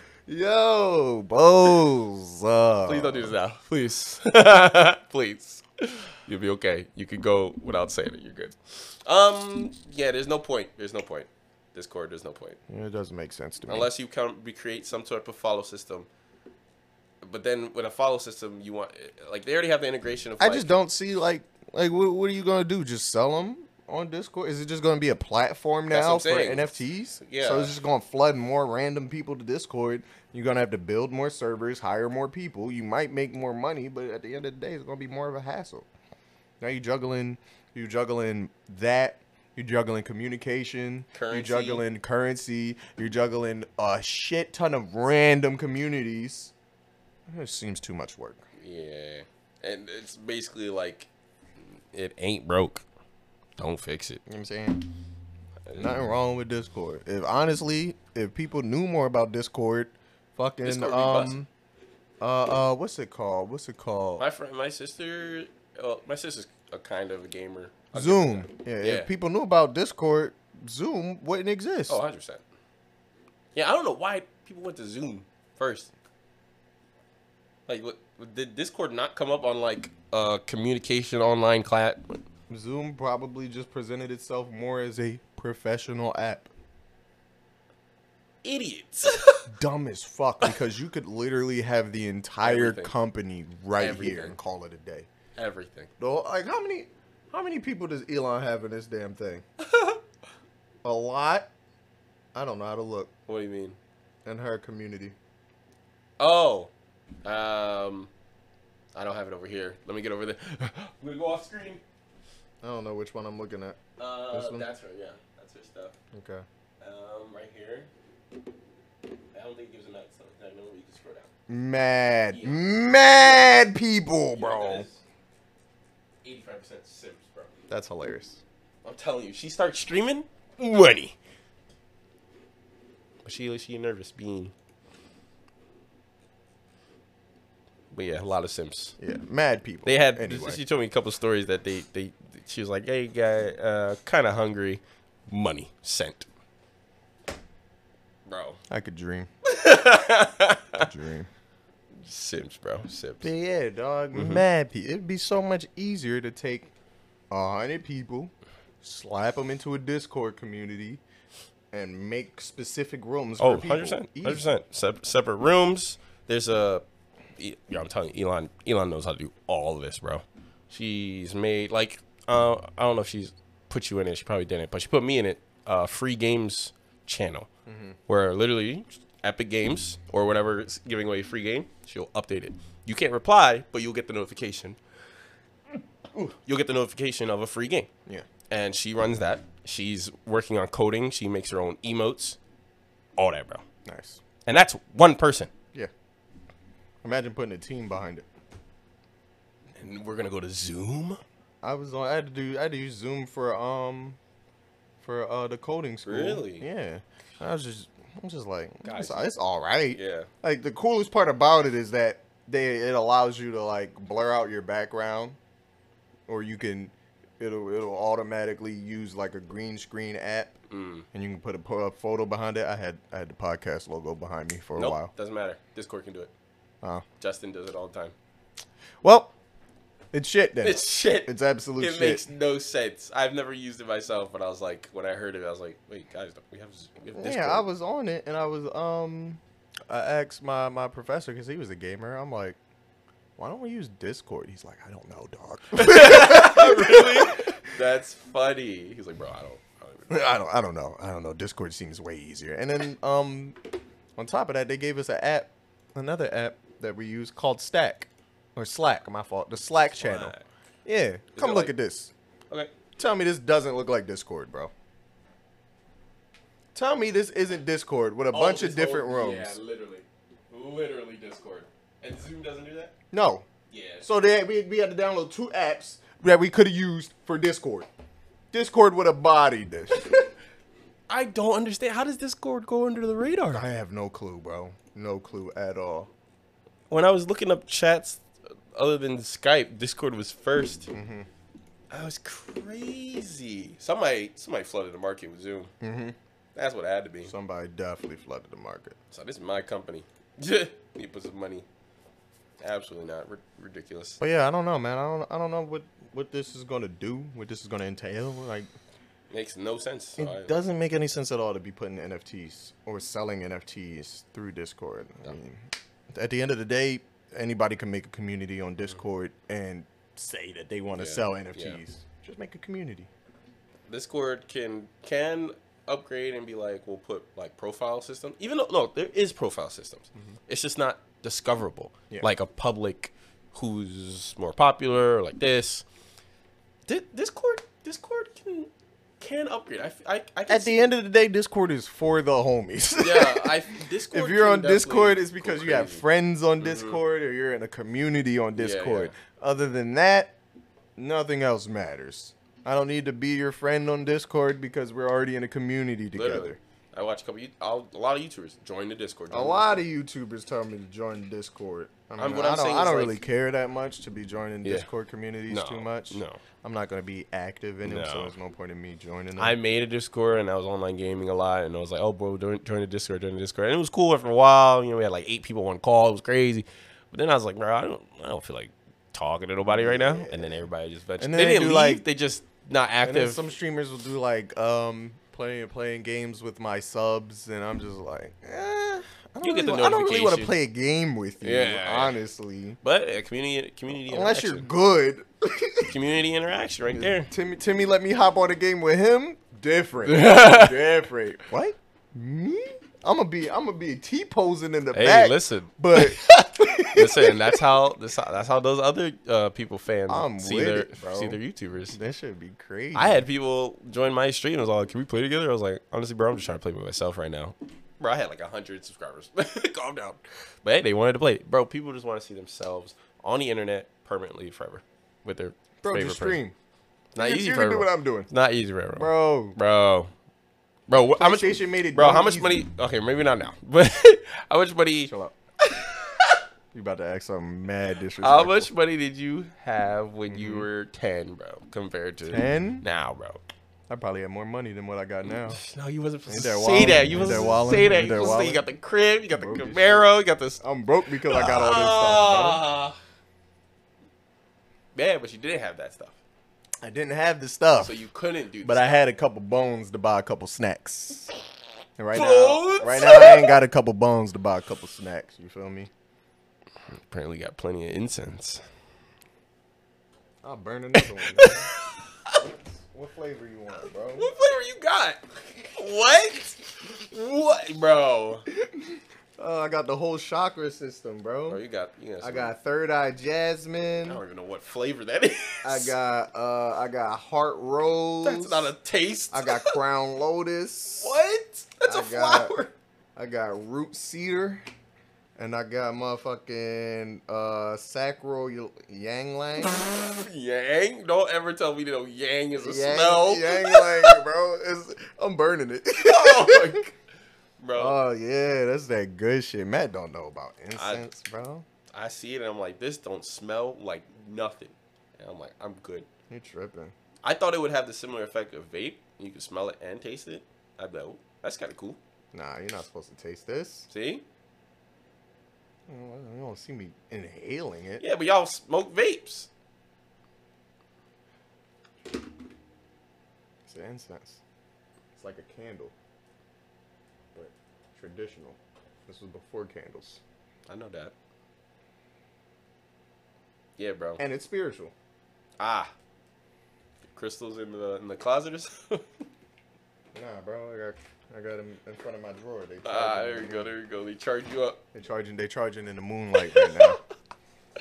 A: Yo, Bose. Uh,
B: Please don't do this now. Please, please. You'll be okay. You could go without saying it. You're good. Um, yeah. There's no point. There's no point. Discord. There's no point.
A: It doesn't make sense to me.
B: Unless you come recreate some sort of follow system. But then with a follow system, you want like they already have the integration of.
A: I
B: like-
A: just don't see like like what, what are you gonna do? Just sell them on Discord? Is it just gonna be a platform
B: That's what
A: now
B: I'm
A: for
B: saying.
A: NFTs?
B: Yeah.
A: So it's just gonna flood more random people to Discord. You're gonna have to build more servers, hire more people. You might make more money, but at the end of the day, it's gonna be more of a hassle. Now you juggling, you juggling that. You're juggling communication. You're
B: Currency.
A: juggling currency. You're juggling a shit ton of random communities. It seems too much work.
B: Yeah. and it's basically like it ain't broke. Don't fix it.
A: You know what I'm saying? Nothing wrong with Discord. If honestly, if people knew more about Discord, fucking
B: Discord be
A: um, uh, uh, what's it called? What's it called?
B: My friend, my sister, well, my sister's a kind of a gamer. I'll give her
A: Zoom.
B: that.
A: Yeah,
B: Yeah.
A: If people knew about Discord, Zoom wouldn't exist.
B: Oh, 100 percent. Yeah, I don't know why people went to Zoom first. Like, what, did Discord not come up on like uh communication online class?
A: Zoom probably just presented itself more as a professional app.
B: Idiots.
A: Dumb as fuck because you could literally have the entire
B: Everything.
A: company right here
B: Everything.
A: and call it a day.
B: Everything.
A: Though, like how many, how many people does Elon have in this damn thing? a lot. I don't know how to look
B: What do you mean?
A: in her community.
B: Oh, um, I don't have it over here. Let me get over there. I'm gonna go off screen.
A: I don't know which one I'm looking at.
B: Uh,
A: This one?
B: that's her. Yeah, that's her stuff.
A: Okay.
B: Um, right here. I don't think it gives a nut, so I know you can scroll down.
A: Mad,
B: Yeah.
A: mad people, Oh, bro.
B: Eighty-five percent Sims, bro.
A: That's hilarious.
B: I'm telling you, she starts streaming money. But she she a nervous being. But yeah, a lot of Sims.
A: Yeah, mad people.
B: They had.
A: anyway.
B: She told me a couple stories that they they. She was like, "Hey, guy, uh, kind of hungry, money sent." Bro,
A: I could dream. dream.
B: Sims, bro, Sims.
A: But yeah, dog, mad people. It'd be so much easier to take a hundred people, slap them into a Discord community, and make specific rooms.
B: Oh,
A: for people.
B: 100%.
A: Easy.
B: 100%. Sep- separate rooms. There's a. E- Yo, I'm telling you, Elon, Elon knows how to do all of this, bro. She's made, like, uh, I don't know if she's put you in it. She probably didn't, but she put me in it. Uh, free games channel, where literally Epic Games or whatever is giving away a free game, she'll update it. You can't reply, but you'll get the notification. Ooh, You'll get the notification of a free game
A: Yeah.
B: and she runs that. She's working on coding. She makes her own emotes, all that, bro.
A: Nice.
B: And that's one person.
A: Yeah. Imagine putting a team behind it.
B: And we're gonna go to Zoom.
A: I was on. I had to do. I had to use Zoom for um, for uh the coding school.
B: Really?
A: Yeah. I was just. I'm just like,
B: Guys,
A: it's, it's all right.
B: Yeah.
A: Like the coolest part about it is that they it allows you to like blur out your background, or you can, it'll it'll automatically use like a green screen app,
B: Mm.
A: and you can put a, put a photo behind it. I had I had the podcast logo behind me for a
B: Nope.
A: while.
B: Doesn't matter. Discord can do it.
A: Oh.
B: Justin does it all the time.
A: Well, it's shit then.
B: It's shit.
A: It's absolute
B: it
A: shit.
B: makes no sense. I've never used it myself, but I was like, when I heard it, I was like, wait, guys, we have, Z- we have Discord.
A: Yeah, I was on it, and I was um, I asked my my professor because he was a gamer. I'm like, why don't we use Discord? He's like, I don't know, dog.
B: really? That's funny. He's like, bro, I don't. I don't even know.
A: I don't I don't know. I don't know. Discord seems way easier. And then um, on top of that, they gave us an app, another app that we use called Stack or Slack. My fault. The Slack channel.
B: Slack.
A: Yeah, come
B: it
A: look
B: like-
A: at this.
B: Okay.
A: Tell me this doesn't look like Discord, bro. Tell me this isn't Discord with a bunch
B: Oh,
A: of different
B: oh,
A: rooms.
B: Yeah, literally, literally Discord. And Zoom doesn't do that.
A: No,
B: Yeah.
A: So they, we, we had to download two apps that we could have used for Discord. Discord would have bodied this.
B: I don't understand. How does Discord go under the radar?
A: I have no clue, bro. No clue at all.
B: When I was looking up chats uh, other than Skype, Discord was 1st Mm-hmm. I was crazy. Somebody, somebody flooded the market with Zoom. Mm-hmm. That's what it had to be. So,
A: Somebody definitely flooded the market.
B: this is my company. Need to put some money. Absolutely not. Rid- ridiculous.
A: But yeah, I don't know, man. I don't I don't know what what this is gonna do, what this is gonna entail. Like
B: Makes no sense. So
A: it
B: I-
A: doesn't make any sense at all to be putting NFTs or selling NFTs through Discord. I mean, at the end of the day, anybody can make a community on Discord and say that they want to
B: Yeah,
A: sell
B: yeah.
A: NFTs. Just make a community.
B: Discord can can upgrade and be like we'll put like profile system. Even though no, there is profile systems. It's just not discoverable.
A: Mm-hmm. Yeah.
B: Like a public who's more popular like this. Di- Discord Discord can can upgrade. I, f- I, I can
A: At the end of the day, Discord is for the homies.
B: yeah, I Discord.
A: if you're
B: can
A: on Discord,
B: definitely
A: it's
B: go
A: because you have
B: crazy. Mm-hmm.
A: friends on Discord or you're in a community on
B: Yeah, yeah.
A: Discord. Other than that, nothing else matters. I don't need to be your friend on Discord because we're already in a community together.
B: Literally, I watch a couple. You- I'll- a lot of YouTubers join the Discord.
A: A lot of YouTubers tell me to join Discord. I, mean,
B: Um, what
A: I
B: I'm
A: don't,
B: saying
A: I
B: is,
A: don't
B: like-
A: really care that much to be joining
B: Yeah.
A: Discord communities
B: No,
A: too much.
B: no.
A: I'm not going to be active in them, so
B: No.
A: there's no point in me joining them.
B: I made a Discord and I was online gaming a lot and I was like, oh bro, join, join the Discord, join the Discord, and it was cool after a while. You know, we had like eight people on call, it was crazy. But then I was like, bro, I don't, I don't feel like talking to nobody right now. And then everybody just ventured. And
A: And then
B: they,
A: they
B: didn't
A: do,
B: leave.
A: like-
B: they just not
A: and then
B: active.
A: some streamers will do like um playing playing games with my subs, and I'm just like, eh, I don't,
B: You
A: really,
B: get the
A: wa- I don't really want to
B: notification.
A: play a game with you,
B: Yeah.
A: honestly.
B: but uh, community, community,
A: Unless
B: interaction.
A: you're good.
B: community interaction right there.
A: Timmy, Timmy, let me hop on a game with him. Different, different. What? Me? I'm gonna be, I'm gonna be T posing in the
B: Hey,
A: back.
B: listen,
A: but
B: listen, and that's how that's how, that's how those other uh, people fans
A: I'm
B: see
A: with
B: their
A: it, bro.
B: see their YouTubers.
A: that should be crazy.
B: I had people join my stream. I was all like, "Can we play together?" I was like, "Honestly, bro, I'm just trying to play by myself right now." Bro, I had like hundred subscribers. Calm down. But hey, they wanted to play. Bro, people just want to see themselves on the internet permanently forever with their
A: bro,
B: favorite
A: just stream.
B: Person. Not
A: You-
B: easy
A: you
B: for
A: can do what
B: everyone.
A: I'm doing,
B: It's not easy for everyone,
A: bro.
B: bro. Bro, what, how much?
A: PlayStation made it
B: Bro, how
A: dumb
B: much
A: easy.
B: money? Okay, maybe not now, but how much money?
A: Chill out. you about to ask something mad disrespectful.
B: How much money did you have when
A: Mm-hmm.
B: you were 10, bro, compared to
A: 10?
B: now, bro?
A: I probably had more money than what I got now.
B: No, you wasn't supposed
A: Ain't
B: to
A: that
B: say
A: wildin'?
B: that. You
A: Ain't
B: wasn't
A: that
B: supposed
A: wildin'?
B: to say that.
A: Ain't
B: You,
A: that
B: was supposed to say you
A: wildin'?
B: got the crib, you got the
A: Broke as shit.
B: Camaro, you got this.
A: I'm broke because I got all this stuff.
B: Ah. Yeah, but you didn't have that stuff,
A: Bro. I didn't have the stuff,
B: so you couldn't do.
A: but I had a couple bones to buy a couple snacks. And right
B: Bones?
A: now, right now I ain't got a couple bones to buy a couple snacks. You feel me?
B: apparently got plenty of incense.
A: I'll burn another one. man. what flavor you want, bro?
B: What flavor you got? What? What, bro?
A: Uh, I got the whole chakra system,
B: Bro,
A: bro.
B: you got. You got
A: I
B: some-
A: got third eye jasmine.
B: I don't even know what flavor that is.
A: I got uh, I got heart rose.
B: That's not a taste.
A: I got crown lotus.
B: What? That's a
A: I got-
B: flower.
A: I got root cedar, and I got motherfucking uh sacral y- yang lang.
B: Yang? Don't ever tell me that no yang is a
A: yang,
B: smell.
A: yang lang, bro. It's, I'm burning it.
B: oh my god. Bro,
A: oh yeah, that's that good shit. Matt don't know about incense, bro.
B: I see it and I'm like, this don't smell like nothing. And I'm like, I'm good.
A: You tripping?
B: I thought it would have the similar effect of vape. You can smell it and taste it. I bet "Ooh, that's kind of cool.
A: Nah, you're not supposed to taste this.
B: See?
A: You don't see me inhaling it.
B: Yeah, but y'all smoke vapes.
A: It's incense. It's like a candle, but traditional. This was before candles,
B: I know that. Yeah, bro.
A: and it's spiritual.
B: ah. Crystals in the in the closet or something?
A: Nah, bro, I got I got them in front of my drawer. They
B: ah,
A: charging
B: there you
A: in the
B: go,
A: moon-
B: there you go. They charge you up.
A: They charging. They charging in the moonlight right now.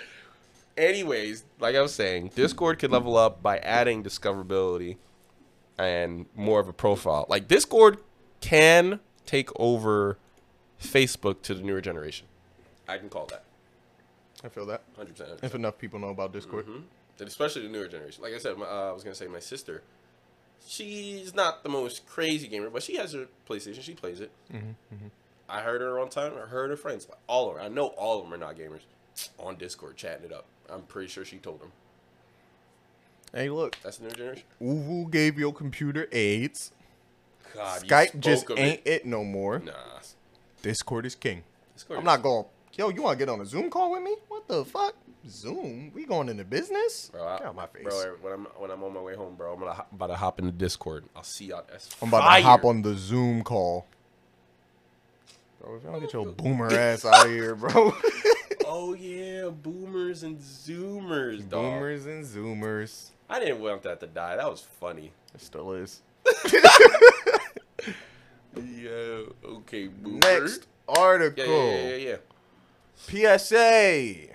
B: anyways, like I was saying, Discord could level up by adding discoverability and more of a profile. Like Discord can take over Facebook to the newer generation. I can call that
A: I feel that.
B: 100%.
A: If enough people know about Discord,
B: Mhm. And especially the newer generation. Like I said, my, uh, I was gonna say my sister. She's not the most crazy gamer, but she has her PlayStation. She plays it. I heard her on time. I heard her friends. Like, all of them. I know all of them are not gamers. On Discord, chatting it up. I'm pretty sure she told them.
A: hey, look,
B: That's the newer generation.
A: Uvu gave your computer AIDS.
B: God, you
A: Skype
B: spoke
A: just
B: of
A: ain't it. no more.
B: Nah,
A: Discord is king.
B: Discord
A: I'm
B: is-
A: not going. Yo, you want to get on a Zoom call with me? What the fuck? Zoom? We going into business?
B: Bro, I,
A: get out my face.
B: Bro, when I'm when I'm on my way home, bro, I'm gonna hop, about to hop in the Discord. I'll see y'all. That's
A: I'm about
B: fire.
A: to hop on the Zoom call. Bro, if y'all get your boomer ass out of here, bro.
B: Oh yeah, boomers and zoomers, dog.
A: Boomers and Zoomers.
B: I didn't want that to die. That was funny.
A: It still is.
B: Yo, okay, boomer.
A: Next article.
B: Yeah, yeah, yeah, yeah, yeah.
A: PSA.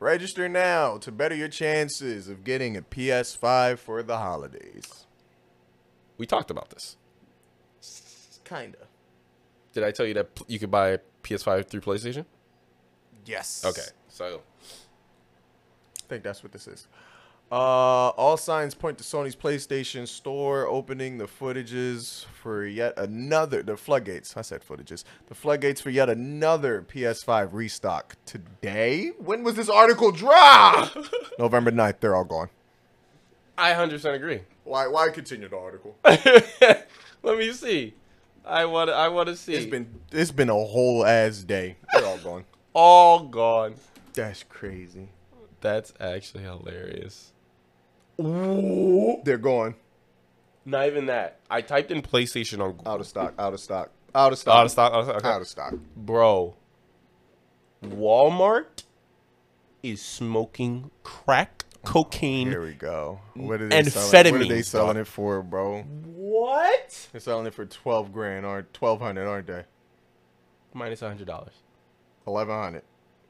A: Register now to better your chances of getting a PS5 for the holidays.
B: We talked about this.
A: Kinda.
B: Did I tell you that pl- you could buy PS5 through PlayStation?
A: Yes.
B: Okay, so
A: I think that's what this is. Uh, all signs point to Sony's PlayStation Store opening the footages for yet another the floodgates. I said footages. The floodgates for yet another PS5 restock today. When was this article dropped? November 9th. They're all gone.
B: I 100% agree.
A: Why? Why continue the article?
B: Let me see. I want. I want to see.
A: It's been it's been a whole ass day. They're all gone.
B: all gone.
A: That's crazy.
B: That's actually hilarious.
A: They're gone.
B: Not even that. I typed in PlayStation on Google.
A: Out of stock. Out of stock. Out of stock.
B: Out of stock. Out of stock. okay.
A: Out of stock.
B: Bro, Walmart is smoking crack
A: Here
B: cocaine.
A: we go. What are they selling? What are they
B: Amphetamines,
A: selling
B: dog.
A: it for, bro?
B: What?
A: They're selling it for twelve grand or twelve hundred, aren't they?
B: Minus hundred dollars.
A: Eleven hundred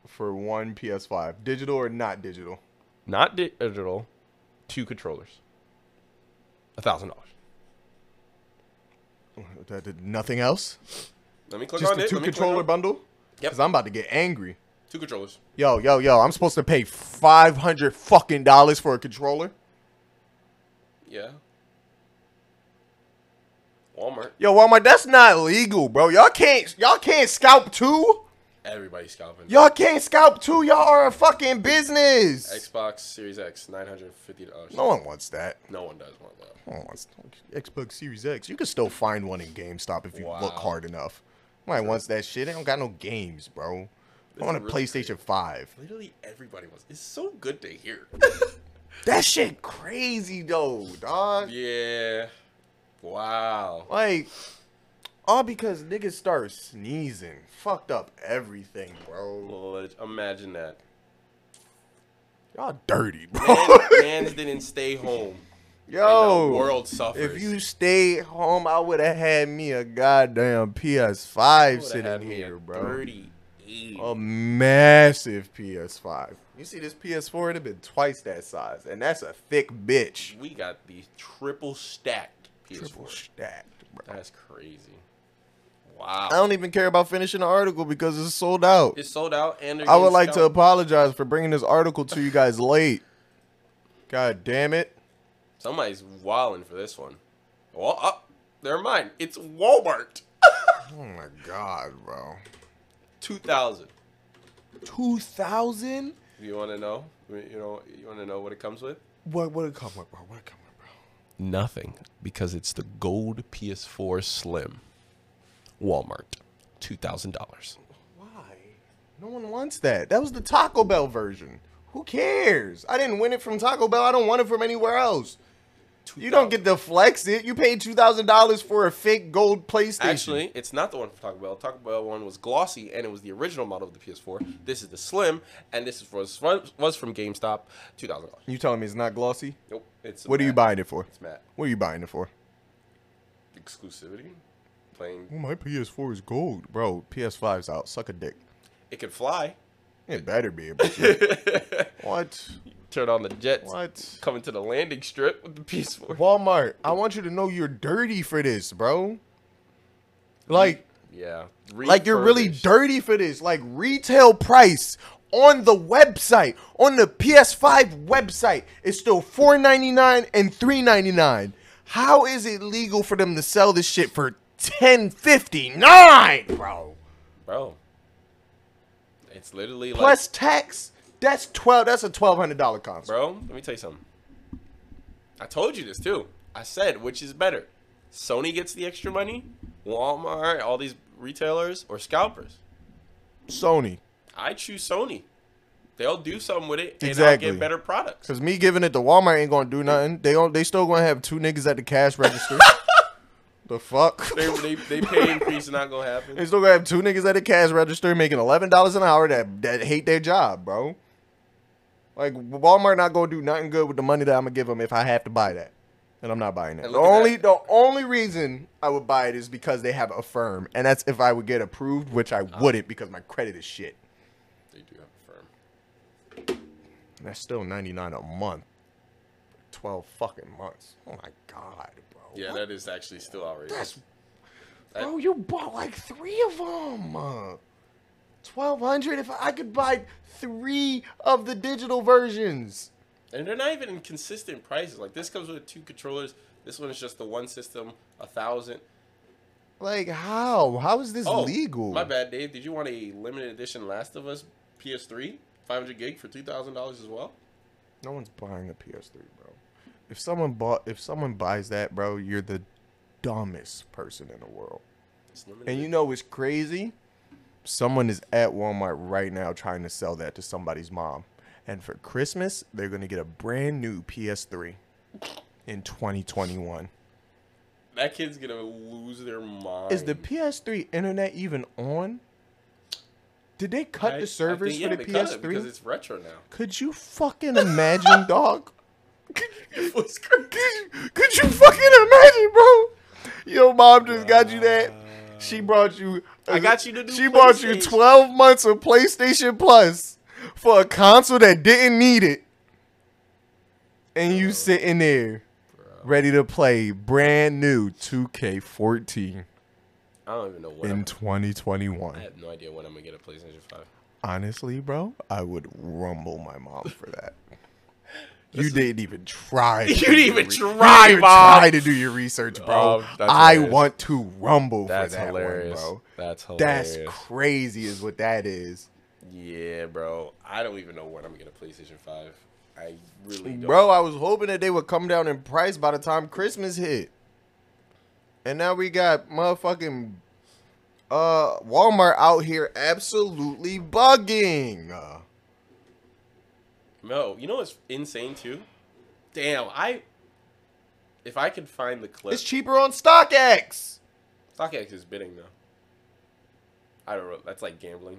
A: for one PS5, digital or not digital.
B: Not di- digital. Two controllers. A thousand dollars.
A: That did nothing else.
B: Let me click
A: Just
B: on
A: a
B: it.
A: two
B: Let me click
A: controller
B: on-
A: bundle.
B: Yep.
A: Cause I'm about to get angry.
B: Two controllers.
A: Yo, yo, yo! I'm supposed to pay five hundred fucking dollars for a controller.
B: Yeah. Walmart.
A: Yo, Walmart, that's not legal, bro. Y'all can't, y'all can't scalp two.
B: Everybody's scalping.
A: Y'all can't scalp two. Y'all are a fucking business.
B: Xbox Series X, nine hundred fifty dollars.
A: no one wants that.
B: No one does want that.
A: Oh, it's Xbox Series X. You can still find one in GameStop if you look
B: Wow.
A: hard enough. Nobody wants that shit. They don't got no games, bro. I
B: This
A: want a
B: is really
A: PlayStation 5.
B: Literally everybody wants. It's so good to hear.
A: That shit crazy though, dog.
B: yeah. Wow.
A: Like, all because niggas start sneezing. Fucked up everything, bro.
B: Well, imagine that.
A: Y'all dirty, bro.
B: Man, mans didn't stay home.
A: Yo.
B: and the world suffers.
A: If you stayed home, I would have had me a goddamn PS5
B: Would've had
A: sitting
B: me
A: here,
B: at
A: bro. Oh.
B: 38.
A: a massive PS5. You see this PS4? It'd have been twice that size, and that's a thick bitch.
B: we got the triple stacked PS4.
A: Triple stacked, bro.
B: That's crazy. Wow.
A: I don't even care about finishing the article because it's sold out.
B: it's sold out, and they're
A: I would
B: getting
A: like to
B: scalped.
A: apologize for bringing this article to you guys late. God damn it.
B: Somebody's wilding for this one. Well, uh, never mind. It's Walmart.
A: Oh my god, bro.
B: Two thousand.
A: 2000?
B: You want to know? You know? You want to know what it comes with?
A: What would it come with, bro? What it come with, bro?
B: Nothing, because it's the gold PS4 Slim. Walmart, two thousand dollars.
A: Why? No one wants that. That was the Taco Bell version. Who cares? I didn't win it from Taco Bell. I don't want it from anywhere else. You don't get to flex it. You paid two thousand dollars for a fake gold PlayStation.
B: Actually, it's not the one from Taco Bell. Taco Bell one was glossy, and it was the original model of the PS4. This is the Slim, and this is was from, was from GameStop, two thousand dollars.
A: you telling me it's not glossy?
B: Nope. It's
A: What are you
B: matte.
A: buying it for?
B: It's matte
A: What are you buying it for?
B: exclusivity. Playing,
A: my PS4 is gold, bro. PS5's out. Suck a dick.
B: it could fly.
A: It better be. But you- what?
B: Turn on the jets.
A: What?
B: Coming to the landing strip with the PS4.
A: Walmart. I want you to know you're dirty for this, bro. Like,
B: Yeah.
A: like you're really
B: Refurbished.
A: dirty for this. Like retail price on the website, on the PS5 website, is still $4.99 and $3.99. How is it legal for them to sell this shit for $10.59, bro?
B: bro. It's literally like,
A: Plus tax. That's twelve. That's a twelve hundred dollar console.
B: bro. Let me tell you something. I told you this too. I said which is better, Sony gets the extra money, Walmart, all these retailers, or scalpers.
A: Sony.
B: I choose Sony. They'll do something with it, and I'll
A: Exactly.
B: get better products.
A: Cause me giving it to Walmart ain't gonna do nothing. They gon- they still gonna have two niggas at the cash register. the fuck.
B: They, they, they pay increase is not gonna
A: They
B: happen.
A: still gonna have two niggas at the cash register making eleven dollars an hour that that hate their job, bro. Like Walmart not gonna do nothing good with the money that I'm gonna give them if I have to buy that, and I'm not buying that.
B: And
A: The
B: look at
A: only
B: that.
A: the only reason I would buy it is because they have a firm, and that's if I would get approved, which I
B: Uh.
A: wouldn't because my credit is shit.
B: They do have a firm.
A: And that's still ninety nine a month, twelve fucking months. Oh my god, bro.
B: Yeah, that is actually still outrageous.
A: That's
B: I-
A: bro, you bought like three of them. Twelve hundred. If I could buy three of the digital versions.
B: and they're not even in consistent prices. Like this comes with two controllers. This one is just the one system, a thousand.
A: Like how? How is this
B: Oh,
A: legal?
B: My bad, Dave. Did you want a limited edition Last of Us PS3, 500 gig for two thousand dollars as well?
A: No one's buying a PS3, bro. If someone bought, if someone buys that, bro, you're the dumbest person in the world.
B: It's limited.
A: And you know what's crazy? Someone is at Walmart right now trying to sell that to somebody's mom. And for Christmas, they're going to get a brand new PS3 in 2021.
B: that kid's gonna lose their mind.
A: Is the PS3 internet even on? Did they cut
B: I- I
A: the servers
B: think, yeah,
A: for the
B: they cut it because
A: PS3?
B: it's retro now.
A: Could you fucking imagine, dog?
B: It was crazy.
A: Could you fucking imagine, bro? Your mom just got you that. She brought you.
B: I got you the new
A: She brought you
B: PlayStation.
A: twelve months of PlayStation Plus for a console that didn't need it, and you sitting there ready to play brand new 2K14
B: I don't even know what.
A: in
B: I'm, I
A: 2021.
B: have no idea when I'm gonna get a PlayStation Five.
A: Honestly, bro, I would rumble my mom for that. You didn't even try.
B: You
A: to do
B: didn't
A: your
B: even
A: re-
B: try,
A: you didn't even
B: Mom.
A: try to do your research, bro.
B: Oh, that's
A: I
B: hilarious.
A: want to rumble
B: That's
A: for that
B: hilarious.
A: one, bro.
B: That's hilarious.
A: That's crazy, is what that is,
B: yeah, bro. I don't even know when I'm gonna get a PlayStation Five. I really don't.
A: bro. I was hoping that they would come down in price by the time Christmas hit, and now we got motherfucking uh Walmart out here absolutely bugging. Uh,
B: No, you know what's insane too? Damn, I. If I could find the clip,
A: It's cheaper on StockX.
B: StockX is bidding though. I don't know. That's like gambling.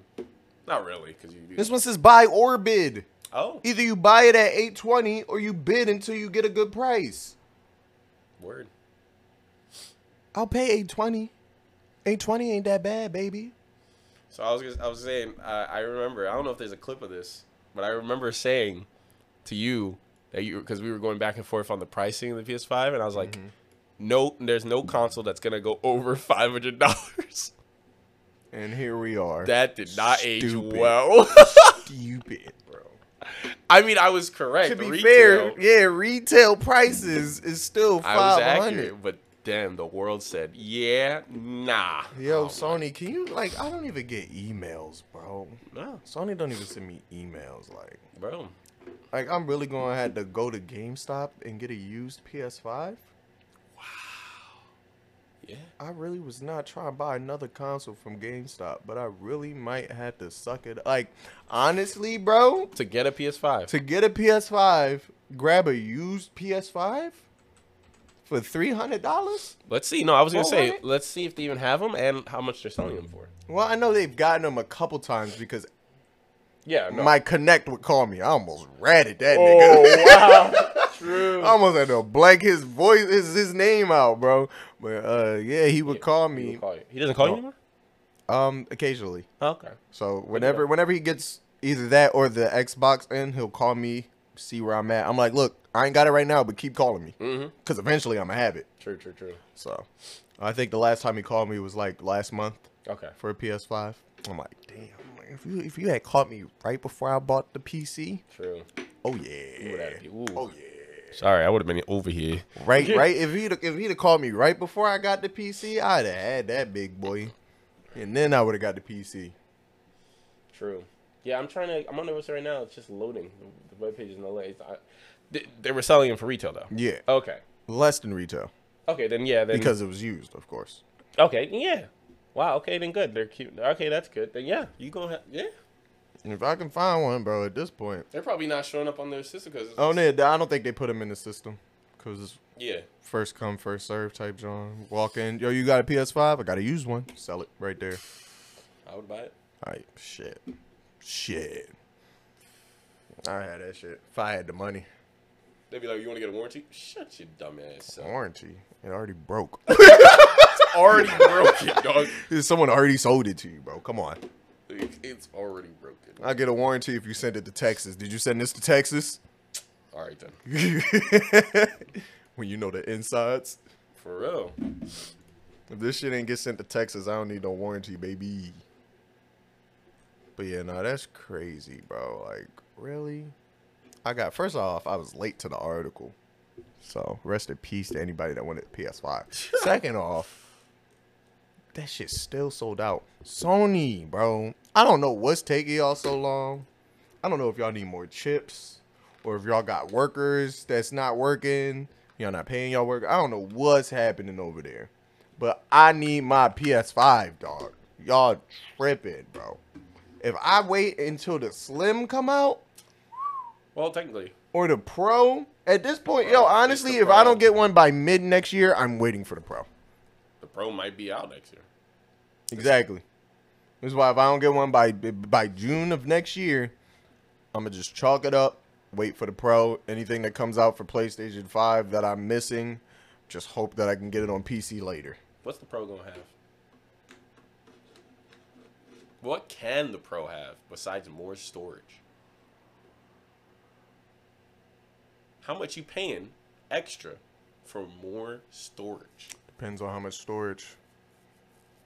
B: Not really, because you. Do,
A: This one says buy or bid.
B: oh,
A: Either you buy it at 820 or you bid until you get a good price.
B: word.
A: I'll pay 820. 820 ain't that bad, baby.
B: So I was gonna- I was saying uh, I remember I don't know if there's a clip of this, but I remember saying to you that you because we were going back and forth on the pricing of the PS5, and I was like,
A: Mm-hmm.
B: no, there's no console that's gonna go over five hundred dollars.
A: And here we are.
B: That did not age
A: Stupid.
B: well.
A: stupid, bro.
B: I mean, I was correct.
A: To be fair,
B: Retail,
A: yeah, retail prices is still
B: I was
A: 500.
B: accurate, but damn, the world said, yeah, nah.
A: Yo,
B: Oh,
A: Sony, can you like I don't even get emails, bro.
B: no,
A: Sony don't even send me emails like
B: bro.
A: like I'm really going to have to go to GameStop and get a used PS5?
B: Yeah,
A: I really was not trying to buy another console from GameStop, but I really might have to suck it. Like, honestly, bro,
B: to get a PS5.
A: to get a PS5, grab a used PS5 for three hundred dollars.
B: let's see. No, I was gonna
A: Oh,
B: say,
A: what?
B: let's see if they even have them and how much they're selling them for.
A: Well, I know they've gotten them a couple times because
B: Yeah, no.
A: my connect would call me. I almost ratted that nigga.
B: oh wow, true.
A: I almost had to blank his voice, his, his name out, bro. But uh, yeah, he would call
B: He
A: me
B: will call you. He doesn't call you
A: No.
B: anymore.
A: um occasionally.
B: Oh, okay.
A: So whenever whenever he gets either that or the Xbox in, he'll call me, see where I'm at. I'm like, look, I ain't got it right now, but keep calling me,
B: Mm-hmm.
A: cause eventually I'm gonna have it.
B: True, true, true.
A: So I think the last time he called me was like last month
B: Okay.
A: for a PS5. I'm like, damn, like, if you if you had caught me right before I bought the PC,
B: True.
A: oh
B: Ooh,
A: yeah,
B: that'd be- ooh.
A: oh yeah,
B: Sorry, I would have been over here.
A: right, right. If he'd if he'd have called me right before I got the PC, I'd have had that big boy, and then I would have got the PC.
B: True. Yeah, I'm trying to. I'm on the website right now. It's just loading. The- The webpage is in LA. It's, I, they, they were selling them for retail though.
A: Yeah,
B: Okay.
A: less than retail
B: Okay, then yeah, then
A: because it was used, of course.
B: Okay, yeah. Wow. Okay, then good. They're cute. Okay, that's good. Then yeah, you gonna have yeah.
A: If I can find one, bro, at this point.
B: They're probably not showing up on their system because
A: Oh, no, I don't think they put him in the system because it's
B: yeah.
A: first come, first serve type, John. Walk in. Yo, you got a PS5? I got to use one. Sell it right there.
B: I would buy it.
A: All right, shit. Shit. I had that shit. If I had the money.
B: They'd be like, "You want to get a warranty? Shut your dumb ass up.
A: Warranty. It already broke.
B: It's already
A: Oh.
B: broken, dog.
A: Someone already sold it to you, bro. Come on.
B: Like, It's already broken.
A: I'll get a warranty if you send it to Texas. Did you send this to Texas?
B: All right then.
A: when you know the insides.
B: For real.
A: If this shit ain't get sent to Texas, I don't need no warranty, baby. But yeah, no, that's crazy, bro. Like, really? I got first off, I was late to the article. So rest in peace to anybody that wanted PS5. Second off, that shit still sold out. Sony, bro. I don't know what's taking y'all so long. I don't know if y'all need more chips or if y'all got workers that's not working. Y'all not paying y'all work. I don't know what's happening over there. But I need my PS5, dog. Y'all tripping, bro. If I wait until the Slim come out
B: Well, technically,
A: or the Pro, at this point, yo,
B: Bro, it's
A: honestly,
B: the
A: if
B: Pro.
A: I don't get one by mid next year, I'm waiting for the Pro.
B: the pro might be out next year.
A: Exactly. This is why if I don't get one by by June of next year, I'm gonna just chalk it up. Wait for the Pro. Anything that comes out for PlayStation Five that I'm missing, just hope that I can get it on PC later.
B: What's the pro gonna have? What can the pro have besides more storage? How much you paying extra for more storage?
A: Depends on how much storage.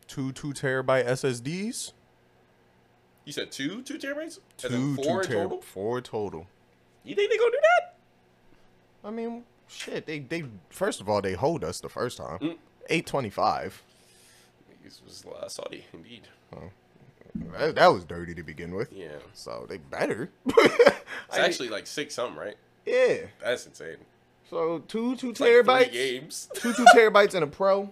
A: Two two terabyte SSDs.
B: You said two two terabytes? As in
A: Two
B: four
A: two
B: in
A: ter-
B: total?
A: four total.
B: You think they gonna do that?
A: I mean, shit. They they first of all they hold us the first time.
B: Mm.
A: Eight twenty five.
B: This was uh, Saudi indeed.
A: That, that was dirty to begin with.
B: Yeah,
A: So they better.
B: it's actually like six something, right?
A: yeah.
B: That's insane.
A: So two two
B: It's like three
A: terabytes,
B: games.
A: two two terabytes and a pro.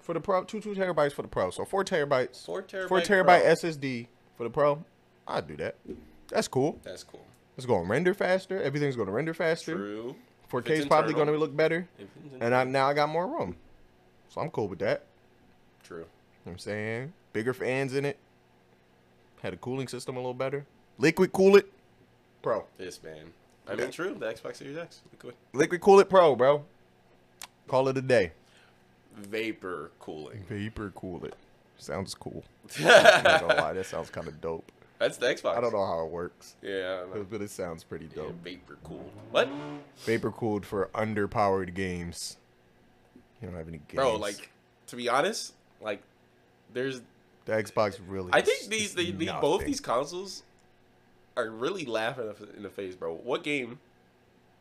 A: For the pro, two two terabytes for the pro. So four terabytes,
B: Four terabyte.
A: four terabyte
B: Pro.
A: SSD for the pro. I'd do that. That's cool.
B: That's cool.
A: It's going to render faster. Everything's going to render faster.
B: True.
A: 4K
B: If
A: is
B: it's
A: probably going
B: internal.
A: to look better.
B: If it's in-
A: And I now I got more room, so I'm cool with that.
B: True.
A: You know what I'm saying bigger fans in it. Had a cooling system a little better. Liquid cool it, pro.
B: This man. I mean, true. The Xbox Series X. Look what-
A: Liquid cool it, pro, bro. Call it a day.
B: Vapor cooling.
A: Vapor cool it. Sounds cool. I'm not gonna
B: That's
A: lie, that sounds kind of dope.
B: the Xbox.
A: I don't know how it works,
B: Yeah. I don't know.
A: but it sounds pretty
B: Yeah,
A: dope.
B: vapor cooled. What?
A: Vapor cooled for underpowered games. You don't have any games,
B: Bro, like, to be honest, like, there's.
A: the Xbox really.
B: I
A: is-
B: think these,
A: is
B: they, they both
A: nothing.
B: these consoles are really laughing in the face, bro. What game?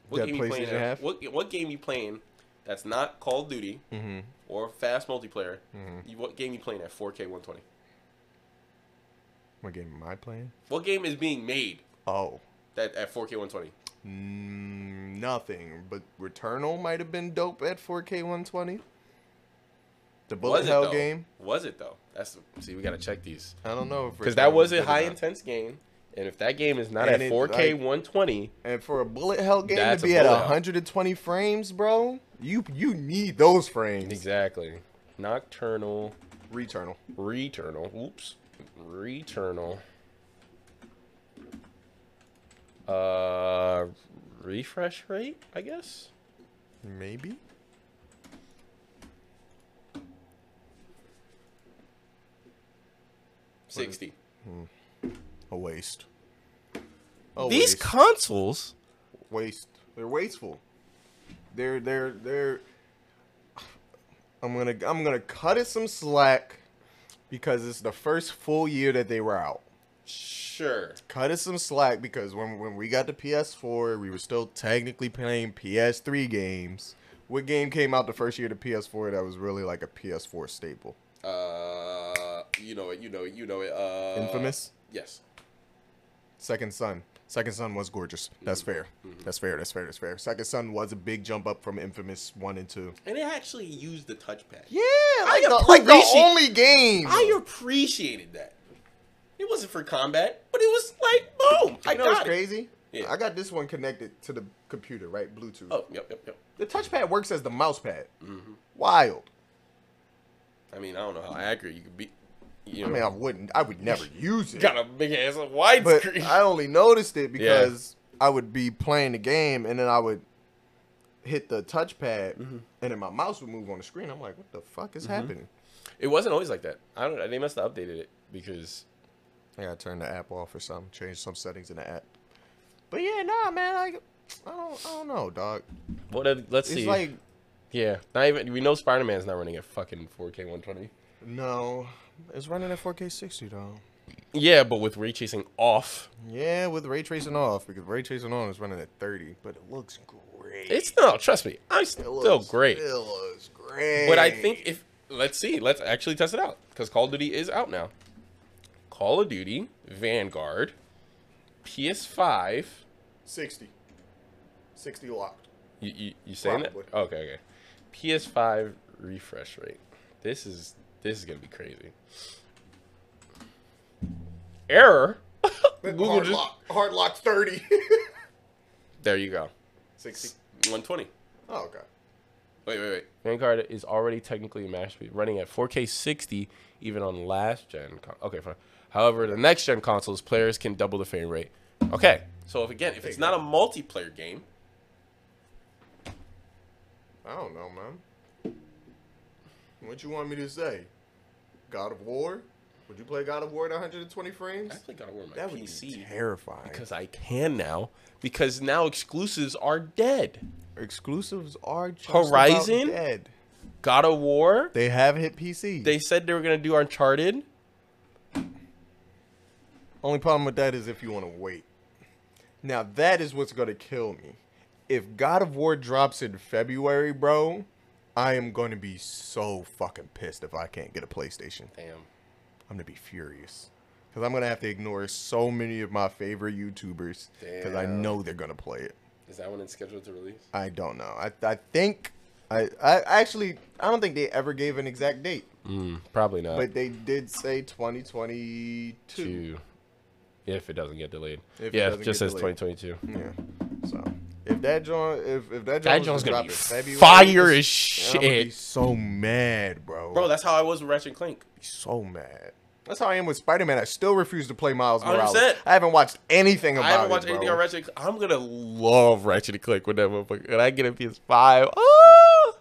B: What
A: That
B: game you playing?
A: PlayStation have?
B: What what game you playing? That's not Call of Duty
A: Mhm.
B: or fast multiplayer.
A: Mhm.
B: You, what game you playing at 4K 120?
A: What game am I playing?
B: What game is being made
A: Oh,
B: that at 4K 120?
A: mm, nothing. But Returnal might have been dope at 4K 120. The bullet
B: was it,
A: hell
B: though?
A: game.
B: Was it though? That's see, we gotta check these
A: I don't know if
B: because that
A: Returnal
B: was a
A: good or
B: high
A: not.
B: intense game, and if that game is not
A: And
B: at
A: it,
B: 4K
A: like-
B: 120,
A: And for a bullet hell game
B: That's
A: to
B: a
A: be at
B: bullet hell.
A: 120 frames, bro, you you need those frames.
B: exactly. Nocturnal,
A: Returnal.
B: returnal, oops, returnal. Uh, refresh rate, I guess.
A: Maybe.
B: Sixty.
A: A waste. A
B: These
A: waste.
B: consoles.
A: waste. They're wasteful. They're they're they're. I'm gonna I'm gonna cut it some slack because it's the first full year that they were out.
B: Sure.
A: Cut it some slack because when when we got the PS4, we were still technically playing PS3 games. What game came out the first year to PS4 that was really like a PS4 staple?
B: Uh, you know it. You know it. You know it. Uh,
A: Infamous.
B: Yes.
A: Second Son. Second Son was gorgeous. That's fair. That's fair. That's fair. That's fair. Second Son was a big jump up from Infamous 1 and 2.
B: And it actually used the touchpad.
A: Yeah,
B: like the- like the only
A: game.
B: I appreciated that. It wasn't for combat, but it was like boom. I
A: you know what's
B: got it.
A: crazy?
B: Yeah.
A: I got this one connected to the computer, right? Bluetooth.
B: Oh, yep, yep, yep.
A: The touchpad works as the mouse pad. Wild.
B: I mean, I don't know how accurate you could be. You
A: I
B: know,
A: mean, I wouldn't. I would never use it.
B: got a big ass
A: but
B: widescreen.
A: I only noticed it because I would be playing the game and then I would hit the touchpad
B: Mm-hmm.
A: and then my mouse would move on the screen. I'm like, what the fuck is happening?
B: It wasn't always like that. I don't. know. They must have updated it because
A: I gotta turn the app off or something, change some settings in the app. But yeah, nah, man, like I don't, I don't know, dog.
B: what? If, let's
A: It's
B: see.
A: like
B: Yeah, not even. We know Spider Man's not running at fucking 4K 120.
A: No, it's running at 4K 60 though.
B: Yeah, but with ray tracing off,
A: Yeah, with ray tracing off because ray tracing on is running at 30, but it looks great.
B: it's no. Trust me, I'm
A: It
B: still
A: looks-
B: great.
A: It looks great.
B: But I think if let's see, let's actually test it out because Call of Duty is out now. Call of Duty Vanguard, PS5.
A: 60, 60 locked.
B: You you, you saying
A: Probably.
B: that? Okay, okay. PS5 refresh rate. This is this is gonna be crazy. Error. Google just
A: hard lock 30.
B: there you go.
A: 60.
B: 120.
A: Oh, okay.
B: Wait, wait, wait. Vanguard is already technically a masterpiece, running at 4K 60 even on last gen. Con- okay, fine. However, the next gen consoles, players can double the frame rate. Okay, so if again, if it's not a multiplayer game,
A: I don't know, man. What you want me to say? God of War? Would you play God of War at 120 frames?
B: I think I wear my
A: That would be
B: PC
A: terrifying.
B: because I can now. Because now exclusives are dead.
A: exclusives are just
B: Horizon?
A: about dead.
B: God of War.
A: They have hit PC.
B: They said they were gonna do Uncharted.
A: Only problem with that is if you want to wait. Now that is what's gonna kill me. If God of War drops in February, bro, I am gonna be so fucking pissed if I can't get a PlayStation.
B: Damn.
A: I'm gonna be furious because I'm gonna have to ignore so many of my favorite YouTubers because I
B: Damn.
A: know they're gonna play it.
B: Is that when it's scheduled to release?
A: I don't know. I I think I I actually I don't think they ever gave an exact date,
B: Mm, probably not.
A: but they did say 2022.
B: Two. If it doesn't get delayed.
A: If it
B: yeah,
A: doesn't
B: it just
A: get
B: says
A: delayed.
B: 2022.
A: Yeah. So if that joint, if if that
B: That
A: joint
B: joint's
A: was
B: gonna
A: drop
B: be
A: in February,
B: fire
A: it's-
B: as
A: I'm gonna be
B: shit.
A: so mad, bro.
B: Bro, that's how I was with Ratchet and Clank.
A: so mad. That's how I am with Spider Man. I still refuse to play Miles Morales.
B: 100%.
A: I haven't watched anything about
B: Oh, I haven't watched
A: it, bro.
B: anything on Ratchet and Clank. I'm gonna love Ratchet and Clank with that motherfucker. And I get a PS5. Oh!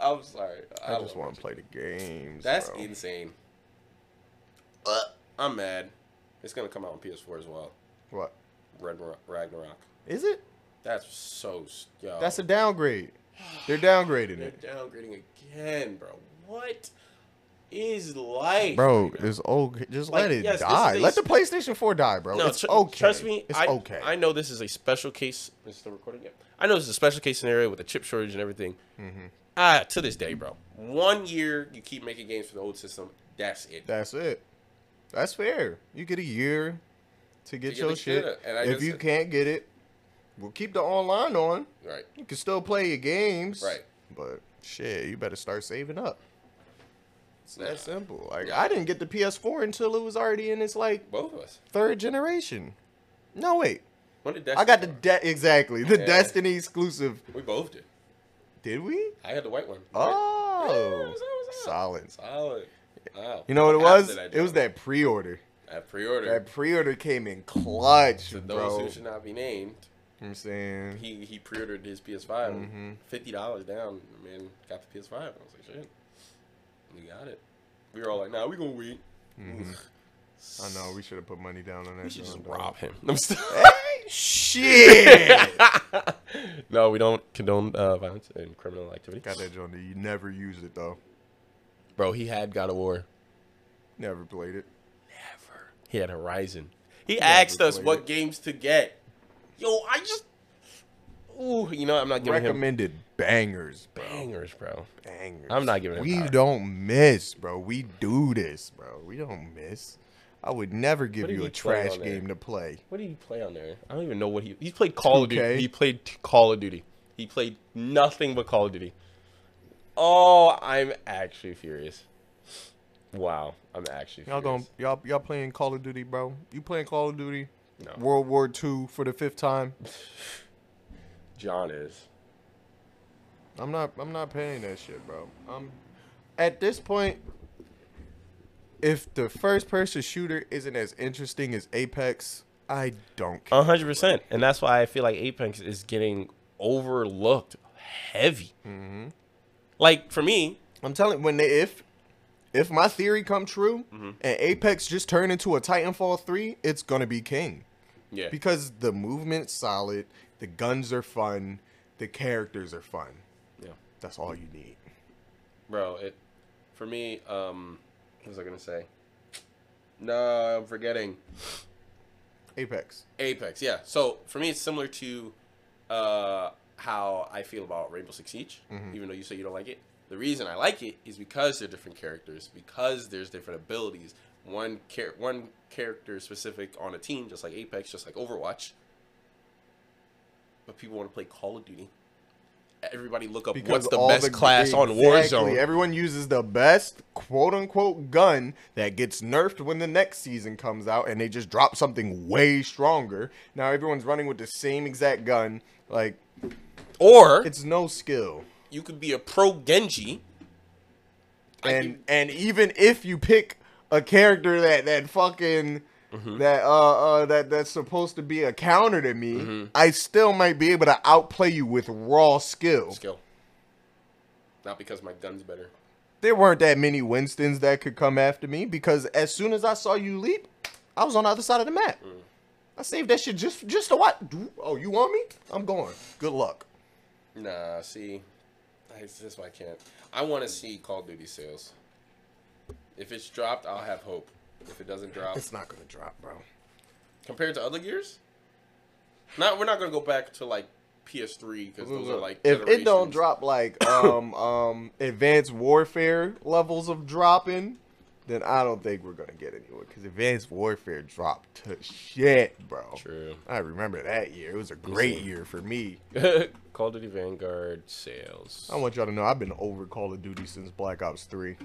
B: I'm sorry.
A: I,
B: love
A: just want to play the games.
B: That's
A: bro.
B: insane. Uh, I'm mad. It's gonna come out on PS4 as well.
A: what
B: Red Ra- Ragnarok.
A: is it?
B: That's so s- yo.
A: That's a downgrade. They're downgrading
B: They're
A: it,
B: downgrading again, bro. What is life,
A: bro.
B: right now?
A: It's okay. Just
B: Like,
A: let it
B: yes, this
A: die.
B: is a
A: Let the
B: sp-
A: PlayStation Four die, bro. it's
B: tr-
A: okay.
B: Trust me,
A: it's
B: I,
A: okay.
B: I know this is a special case. Is it still recording? Yeah. I know this is a special case scenario with the chip shortage and everything.
A: Mm-hmm.
B: Ah, to this day, bro. One year you keep making games for the old system. That's it.
A: That's it. That's fair. You get a year to get
B: get
A: your
B: the
A: shit.
B: shit, and I
A: If
B: just-
A: you can't get it, we'll keep the online on.
B: right.
A: You can still play your games.
B: Right.
A: But shit, you better start saving up. It's
B: Nah.
A: that simple. Like
B: Yeah.
A: I didn't get the PS4 until it was already in its like
B: Both of us.
A: third generation. No wait.
B: When did Destiny
A: I got the
B: come out?
A: de- exactly the
B: Yeah.
A: Destiny exclusive.
B: We both did.
A: Did we?
B: I had the white one. Yeah, it
A: Oh,
B: was- it was out.
A: solid.
B: Solid. Wow.
A: You know what it
B: How
A: was?
B: did I
A: It
B: do
A: was that pre-order.
B: That pre-order.
A: That pre-order came in clutch,
B: to those
A: bro.
B: who should not be named,
A: You know what I'm saying
B: he he pre-ordered his PS5,
A: Mhm.
B: fifty dollars down, and got the PS5. I was like, shit, we got it. We were all like, nah, we gonna wait.
A: Mhm. I know we should have put money down on that.
B: We should just
A: joint, dog.
B: rob him. I'm still-
A: Hey, shit!
B: no, we don't condone uh, violence and criminal activity.
A: Got that joint. You never used it though.
B: Bro, he had God of War.
A: Never played it.
B: Ever. He had Horizon. He asked us
A: played
B: what
A: it.
B: games to get. Yo, I just. Ooh, you know I'm not giving him
A: Recommended bangers, bro.
B: bangers, bro.
A: Bangers.
B: I'm not giving him
A: We
B: power.
A: don't miss, bro. We do this, bro. We don't miss. I would never give
B: did
A: you
B: he
A: a
B: play
A: trash
B: on there?
A: game to play.
B: What did he play on there? I don't even know what he he played Call of
A: 2K.
B: Duty. He played t- Call of Duty. He played nothing but Call of Duty. Oh, I'm actually furious. Wow, I'm actually
A: Y'all
B: furious.
A: going y'all y'all playing Call of Duty, bro? You playing Call of Duty?
B: No.
A: World War II for the fifth time?
B: John is.
A: I'm not I'm not paying that shit, bro. I'm at this point if the first person shooter isn't as interesting as Apex, I don't care.
B: 100%. And that's why I feel like Apex is getting overlooked heavy. Mm-hmm. Like for me,
A: I'm telling when they if if my theory come true and Apex just turn into a Titanfall 3, it's going to be king
B: yeah.
A: because the movement's solid, the guns are fun, the characters are fun.
B: yeah.
A: That's all you need.
B: bro. It for me. Um, what was I gonna say? No, I'm forgetting.
A: Apex.
B: Apex, yeah. So for me, it's similar to uh, how I feel about Rainbow Six Siege,
A: Mm-hmm.
B: even though you say you don't like it. The reason I like it is because they're different characters, because there's different abilities. One char- one character specific on a team, just like Apex, just like Overwatch. But people want to play Call of Duty. Everybody look up what's the
A: all
B: best class on Warzone.
A: exactly, Everyone uses the best quote unquote gun that gets nerfed when the next season comes out and they just drop something way stronger. Now everyone's running with the same exact gun. Like
B: or
A: it's no skill.
B: you could be a pro Genji. I
A: And
B: do-
A: and even if you pick a character that that fucking
B: Mm-hmm.
A: That uh, uh that that's supposed to be a counter to me,
B: Mm-hmm.
A: I still might be able to outplay you with raw skill.
B: skill. Not because my gun's better.
A: there weren't that many Winstons that could come after me because as soon as I saw you leap, I was on the other side of the map.
B: Mm.
A: I saved that shit just just to watch. Oh, you want me? I'm going. Good luck.
B: Nah, see, I- this is why I can't. I want to see Call of Duty sales. If it's dropped, I'll have hope. If it doesn't drop,
A: It's not gonna drop, bro.
B: compared to other years, not we're not gonna go back to like PS3 because those are like
A: if it don't
B: generations.
A: drop like um um advanced warfare levels of dropping, then I don't think we're gonna get anywhere because advanced warfare dropped to shit, bro.
B: True.
A: I remember that year. It was a great year for me.
B: Call of Duty Vanguard sales.
A: I want y'all to know I've been over Call of Duty since Black Ops 3.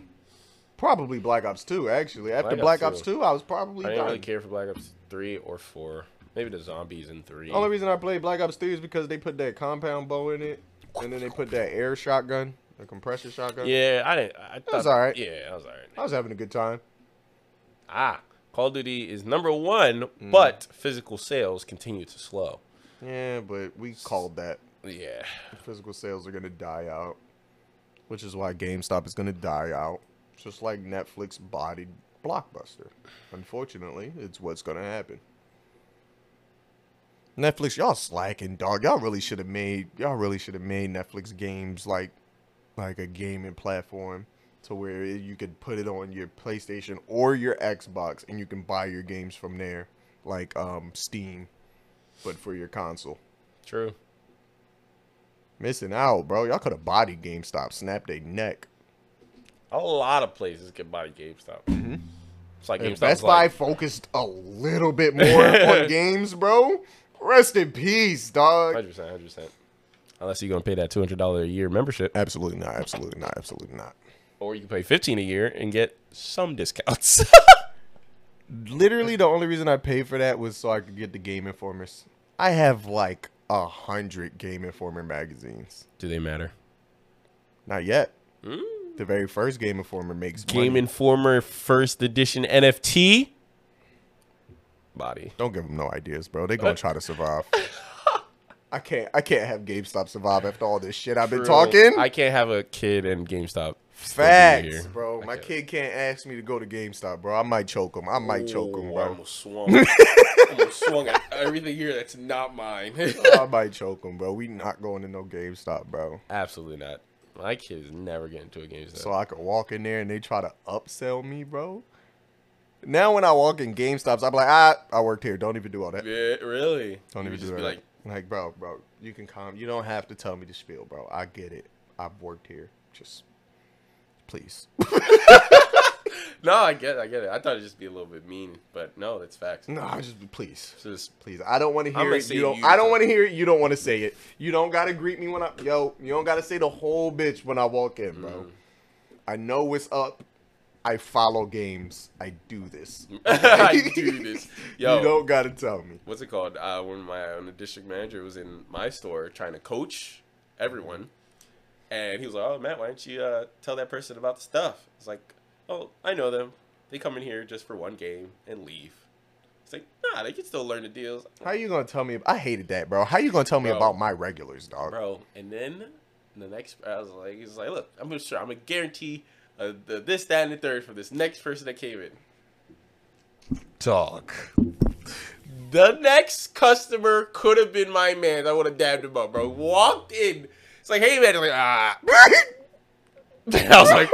A: Probably Black Ops 2, actually. After
B: Black
A: Black,
B: Ops
A: Ops 2, I was probably done.
B: care for Black Ops three or four. Maybe the zombies in three.
A: The only reason I played Black Ops 3 is because they put that compound bow in it, and then they put that air shotgun, the compressor shotgun.
B: yeah, I didn't. I thought,
A: was alright.
B: Yeah, I was alright.
A: I was having a good time.
B: Ah, Call of Duty is number one,
A: Mm.
B: but physical sales continue to slow.
A: Yeah, but we called that.
B: Yeah.
A: Physical sales are going to die out, which is why GameStop is going to die out, just like Netflix bodied Blockbuster. Unfortunately, it's what's going to happen. Netflix, y'all slacking, dog. Y'all really should have made y'all really should have made Netflix games like like a gaming platform to where you could put it on your PlayStation or your Xbox and you can buy your games from there, like um Steam, but for your console.
B: True.
A: Missing out, bro. Y'all could have body GameStop, snapped a neck.
B: A lot of places can buy GameStop. It's like GameStop's
A: If Mm-hmm. Best Buy
B: like,
A: focused a little bit more on games, bro. Rest in peace, dog.
B: 100%, 100%. Unless you're going to pay that $200 a year membership.
A: Absolutely not. Absolutely not. Absolutely not.
B: Or you can pay 15 a year and get some discounts.
A: Literally, the only reason I paid for that was so I could get the Game Informers. I have like a hundred Game Informer magazines.
B: Do they matter?
A: Not yet. The very first Game Informer makes
B: Mm. Game
A: money.
B: Informer First Edition NFT? Body.
A: Don't give them no ideas, bro. They
B: Uh,
A: gonna try to survive. I can't. I can't have GameStop survive after all this shit I've been talking.
B: I can't have a kid and GameStop. still be
A: Facts,
B: here.
A: bro. My
B: can't.
A: kid can't ask me to go to GameStop, bro. I might choke him. I might choke him,
B: Ooh, I
A: bro.
B: almost swung. I almost swung at everything here that's not mine.
A: I might choke him, bro. We not going to no GameStop, bro.
B: Absolutely not. My kid is never getting to a game zone.
A: So I could walk in there and they try to upsell me, bro. Now when I walk in GameStops, I'm like, ah, I worked here. Don't even do all that.
B: yeah, really?
A: Don't
B: You
A: even do
B: just
A: that.
B: be
A: Like,
B: like,
A: like, bro, bro, you can come. You don't have to tell me to spiel, bro. I get it. I've worked here. Just please.
B: no, I get, it, I get it. I thought it'd just be a little bit mean, but no, that's facts.
A: no, I just please.
B: It's just
A: Please, I don't want to hear
B: gonna
A: it.
B: say
A: You don't.
B: you
A: I don't
B: time.
A: want to hear it. You don't want to say it. You don't gotta greet me when I. Yo, you don't gotta say the whole bitch when I walk in, bro.
B: Mm.
A: I know what's up. I follow games. I do this.
B: I do this. Yo,
A: You don't gotta tell me.
B: what's it called? Uh, when my when the district manager was in my store trying to coach everyone, and he was like, "Oh, Matt, why don't you uh, tell that person about the stuff?" It's like, "Oh, I know them. They come in here just for one game and leave." It's like, "Nah, they can still learn the deals,
A: How you gonna tell me? I hated that, bro. How you gonna tell me
B: Bro.
A: about my regulars, dog?
B: bro." And then the next, I was like, "He's like, look, I'm gonna sure I'm gonna guarantee uh, the, this, that, and the third for this next person that came in."
A: Dog.
B: The next customer could have been my man. I would have dabbed him up, bro. Walked in, It's like, hey man, He's like ah. I was like,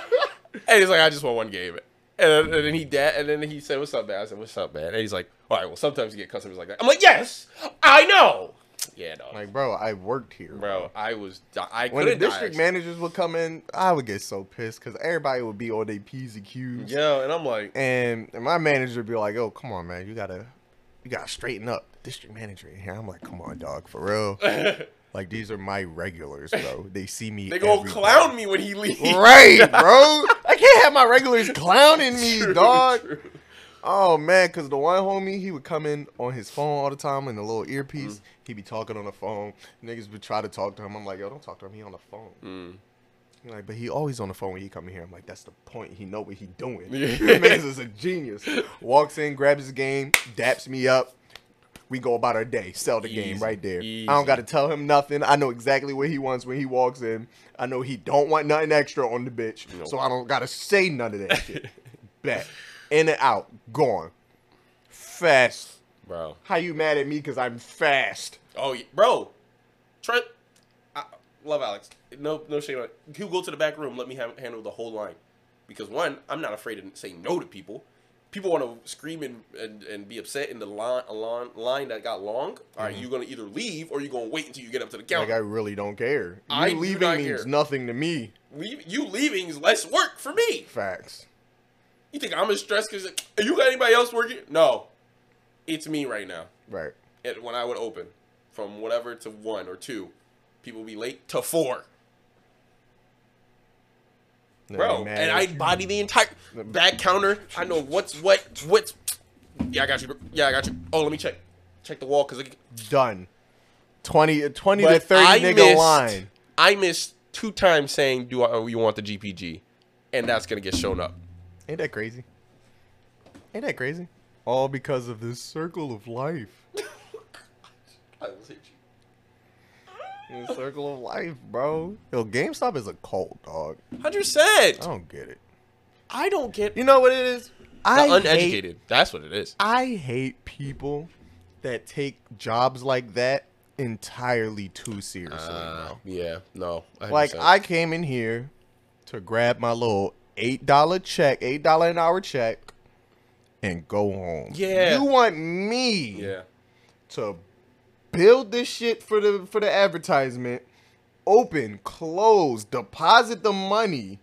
B: and he's like, I just want one game. And, and then he da- and then he said, "What's up, man?" I said, "What's up, man?" And he's like, "All right, well, sometimes you get customers like that." I'm like, "Yes, I know." Yeah, dog.
A: Like, bro, I worked here,
B: bro, I was, di- I
A: When the
B: couldn't.
A: district managers would come in, I would get so pissed because everybody would be on their p's and q's.
B: yeah, and I'm like,
A: And, and my manager would be like, "Oh, come on, man, you gotta, you gotta straighten up." District manager in here. I'm like, "Come on, dog, for real."
B: they
A: like these are my regulars, bro. They see me.
B: gonna
A: every
B: clown me when he leaves.
A: day. Right, bro. I can't have my regulars clowning me,
B: True,
A: dog.
B: true.
A: Oh man, cause the one homie, he would come in on his phone all the time in the little earpiece.
B: Mm.
A: He'd be talking on the phone. Niggas would try to talk to him. I'm like, yo, don't talk to him. He on the phone.
B: Mm.
A: He Like, but he always on the phone when he come in here. I'm like, that's the point. He know what he doing.
B: Yeah.
A: This niggas is a genius. Walks in, grabs his game, daps me up. We go about our day. Sell the game
B: Easy,
A: right there.
B: easy.
A: I don't got to tell him nothing. I know exactly what he wants when he walks in. I know he don't want nothing extra on the bitch,
B: No.
A: so I don't got to say none of that shit. Bet. In and out. Gone. Fast.
B: bro.
A: How you mad at me because I'm fast?
B: Oh, yeah. bro, Trent, I love Alex. No, no shame. on it. He'll go to the back room. Let me ha- handle the whole line, because one, I'm not afraid to say no to people. People want to scream and, and, and be upset in the line, line line that got long. All
A: Mm-hmm.
B: right, you're gonna either leave or you're gonna wait until you get up to the
A: Like, I
B: counter.
A: really don't care. You
B: I do
A: leaving
B: not
A: means
B: care.
A: nothing to me.
B: Leave, you leaving is less work for me.
A: Facts.
B: You think I'm as stressed because you got anybody else working? No, it's me right now.
A: Right.
B: it, when I would open from whatever to one or two, people would be late to four,
A: Now
B: bro.
A: you mad
B: And
A: at
B: I
A: you.
B: body the entire back counter. I know what's what, what's. Yeah, I got you. bro. Yeah, I got you. Oh, let me check, check the wall because it.
A: done. 20, 20 to
B: But
A: 30
B: I
A: nigga
B: missed-
A: line.
B: I missed two times saying, "Do I, oh, you want the GPG?" And that's gonna get shown up.
A: Ain't that crazy? Ain't that crazy? All because of this circle of life.
B: I will hit you.
A: This circle of life, bro. Yo, GameStop is a cult, dog.
B: Hundred
A: I
B: percent.
A: don't get it.
B: I don't get the
A: Oh. You know what it is? I Hate,
B: uneducated. That's what it is.
A: I hate people that take jobs like that entirely too seriously,
B: Uh,
A: bro.
B: yeah, no.
A: Like
B: 100%.
A: I came in here to grab my little eight dollar check, eight dollar an hour check, and go home.
B: Yeah.
A: You want me
B: yeah.
A: to build this shit for the for the advertisement, open, close, deposit the money.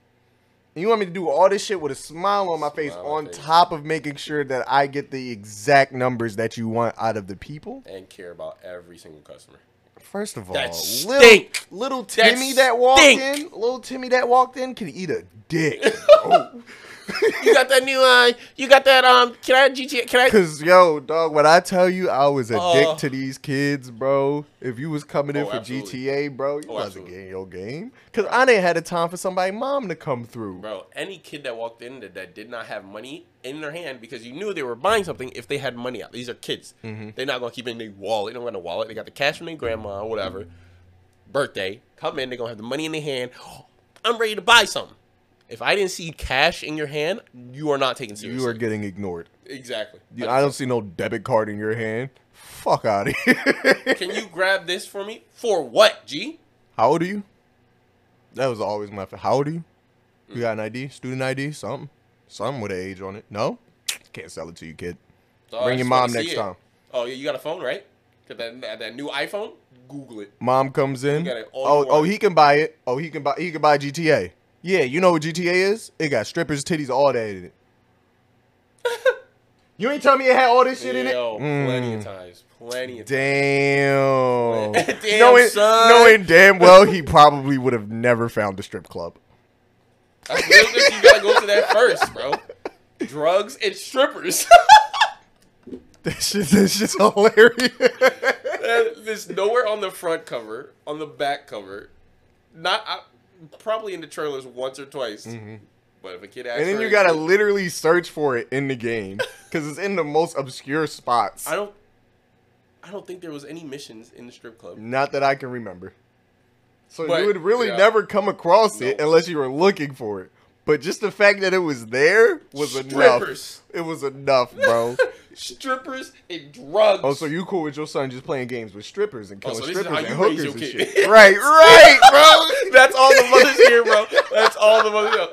A: And you want me to do all this shit with a smile on my face
B: Smile on
A: on
B: my face.
A: top of making sure that I get the exact numbers that you want out of the people?
B: and care about every single customer.
A: First of all,
B: That
A: little,
B: stink.
A: little
B: That
A: Timmy that, walked
B: stink.
A: in, little Timmy that walked in can eat a dick.
B: You got that new uh you got that um can I GTA can I
A: Cause yo, dog, when I tell you I was a
B: Oh.
A: dick to these kids, bro. If you was coming in
B: Oh,
A: for
B: absolutely.
A: GTA, bro, you
B: Oh,
A: wasn't
B: absolutely.
A: getting your game. Cause I didn't had the time for somebody mom to come through.
B: Bro, any kid that walked in that, that did not have money in their hand because you knew they were buying something if they had money out. These are kids.
A: Mm-hmm.
B: They're not gonna keep it in their wallet. They don't got a wallet. They got the cash from their grandma or whatever. Birthday. Come in, they're gonna have the money in their hand. I'm ready to buy something. If I didn't see cash in your hand, you are not taken seriously.
A: You are getting ignored.
B: exactly.
A: You- I don't see no debit card in your hand. Fuck out of here.
B: Can you grab this for me? For what, G?
A: How old are you? That was always my. How old are you? You got an ID, student ID, something, something with an age on it. No, can't sell it to you, kid.
B: Oh, I
A: Bring your
B: just wanna
A: mom
B: see
A: next
B: it.
A: time.
B: Oh yeah, you got a phone, right? Got that, that that new iPhone? Google it.
A: Mom comes in.
B: got it all
A: Oh,
B: in
A: oh,
B: one.
A: he can buy it. Oh, he can buy. He can buy GTA. Yeah, you know what GTA is? It got strippers, titties, all that in it. you ain't tell me it had all this shit in it.
B: Yo, plenty
A: Mm.
B: of times, plenty of times.
A: Damn.
B: Damn,
A: knowing,
B: son.
A: knowing damn well he probably would have never found a strip club.
B: That's real good. You gotta go to that first, bro. Drugs and strippers.
A: That shit, that shit's hilarious.
B: There's nowhere on the front cover, on the back cover, not I, probably in the trailers once or twice. But if a kid asks,
A: Mm-hmm. and then
B: for
A: you
B: it,
A: gotta
B: it-
A: literally search for it in the game because it's in the most obscure spots.
B: I don't. I don't think there was any missions in the strip club.
A: Not that I can remember. So
B: But-
A: you would really
B: yeah.
A: never come across it
B: No.
A: unless you were looking for it. But just the fact that it was there was
B: Strippers.
A: enough. It was enough, bro.
B: Strippers and drugs.
A: oh, so you cool with your son just playing games with strippers and
B: Oh,
A: killing
B: so this is
A: strippers
B: how
A: and
B: you raise
A: hookers and
B: your kid.
A: shit? right, right, bro.
B: That's all the mothers here, bro. That's all the mothers. Yo, I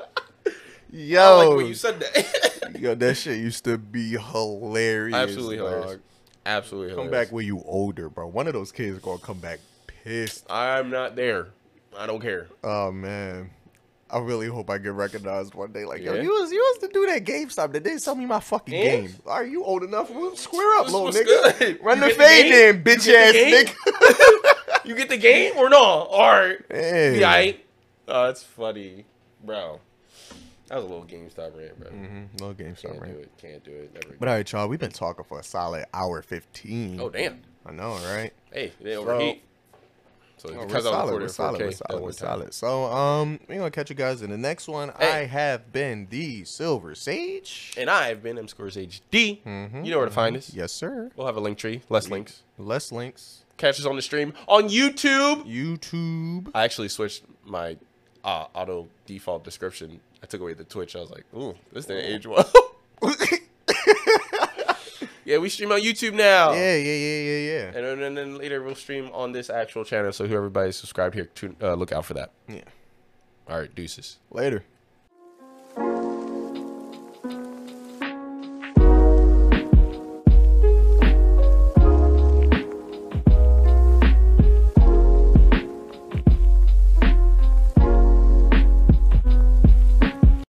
A: Yo,
B: like when you said that.
A: yo, that shit used to be hilarious.
B: Absolutely hilarious.
A: dog.
B: Absolutely
A: Come
B: hilarious.
A: back when you older, bro. One of those kids gonna come back pissed.
B: I'm not there. I don't care.
A: Oh man. I really hope I get recognized one day. Like, yo,
B: Yeah.
A: you was you was the dude at GameStop that didn't sell me my fucking
B: Yeah.
A: game. Are you old enough? Well, square up,
B: What's-
A: little
B: what's
A: nigga.
B: good?
A: Run
B: You
A: the
B: get the
A: fade in,
B: game?
A: bitch
B: You get the
A: ass
B: game?
A: nigga.
B: You get the game or no? All right.
A: Hey.
B: Yeah, I- Oh, that's funny, bro. That was a little GameStop rant, bro.
A: Mhm, Little GameStop,
B: Can't do
A: right?
B: it. Can't do it. Never.
A: But all right, y'all, we've been talking for a solid hour fifteen.
B: oh damn.
A: I know, right?
B: Hey, they overheat. So,
A: Oh,
B: because
A: we're
B: I was
A: solid,
B: recording
A: we're
B: in 4K,
A: solid, we're
B: that
A: solid, we're
B: one time.
A: solid. So, um, we're gonna catch you guys in the next one.
B: Hey.
A: I have been the Silver Sage.
B: And I've been M Scores HD.
A: Mhm,
B: You know where to find us.
A: Yes, sir.
B: We'll have a link tree, less links.
A: Less links.
B: Catch us on the stream on YouTube.
A: YouTube.
B: I actually switched my uh, auto default description. I took away the Twitch. I was like, ooh, this didn't age well. yeah, we stream on YouTube now.
A: Yeah, yeah, yeah, yeah, yeah.
B: And then, and then later we'll stream on this actual channel. So whoever's subscribed here, tune, uh, look out for that.
A: Yeah.
B: All right, deuces.
A: Later.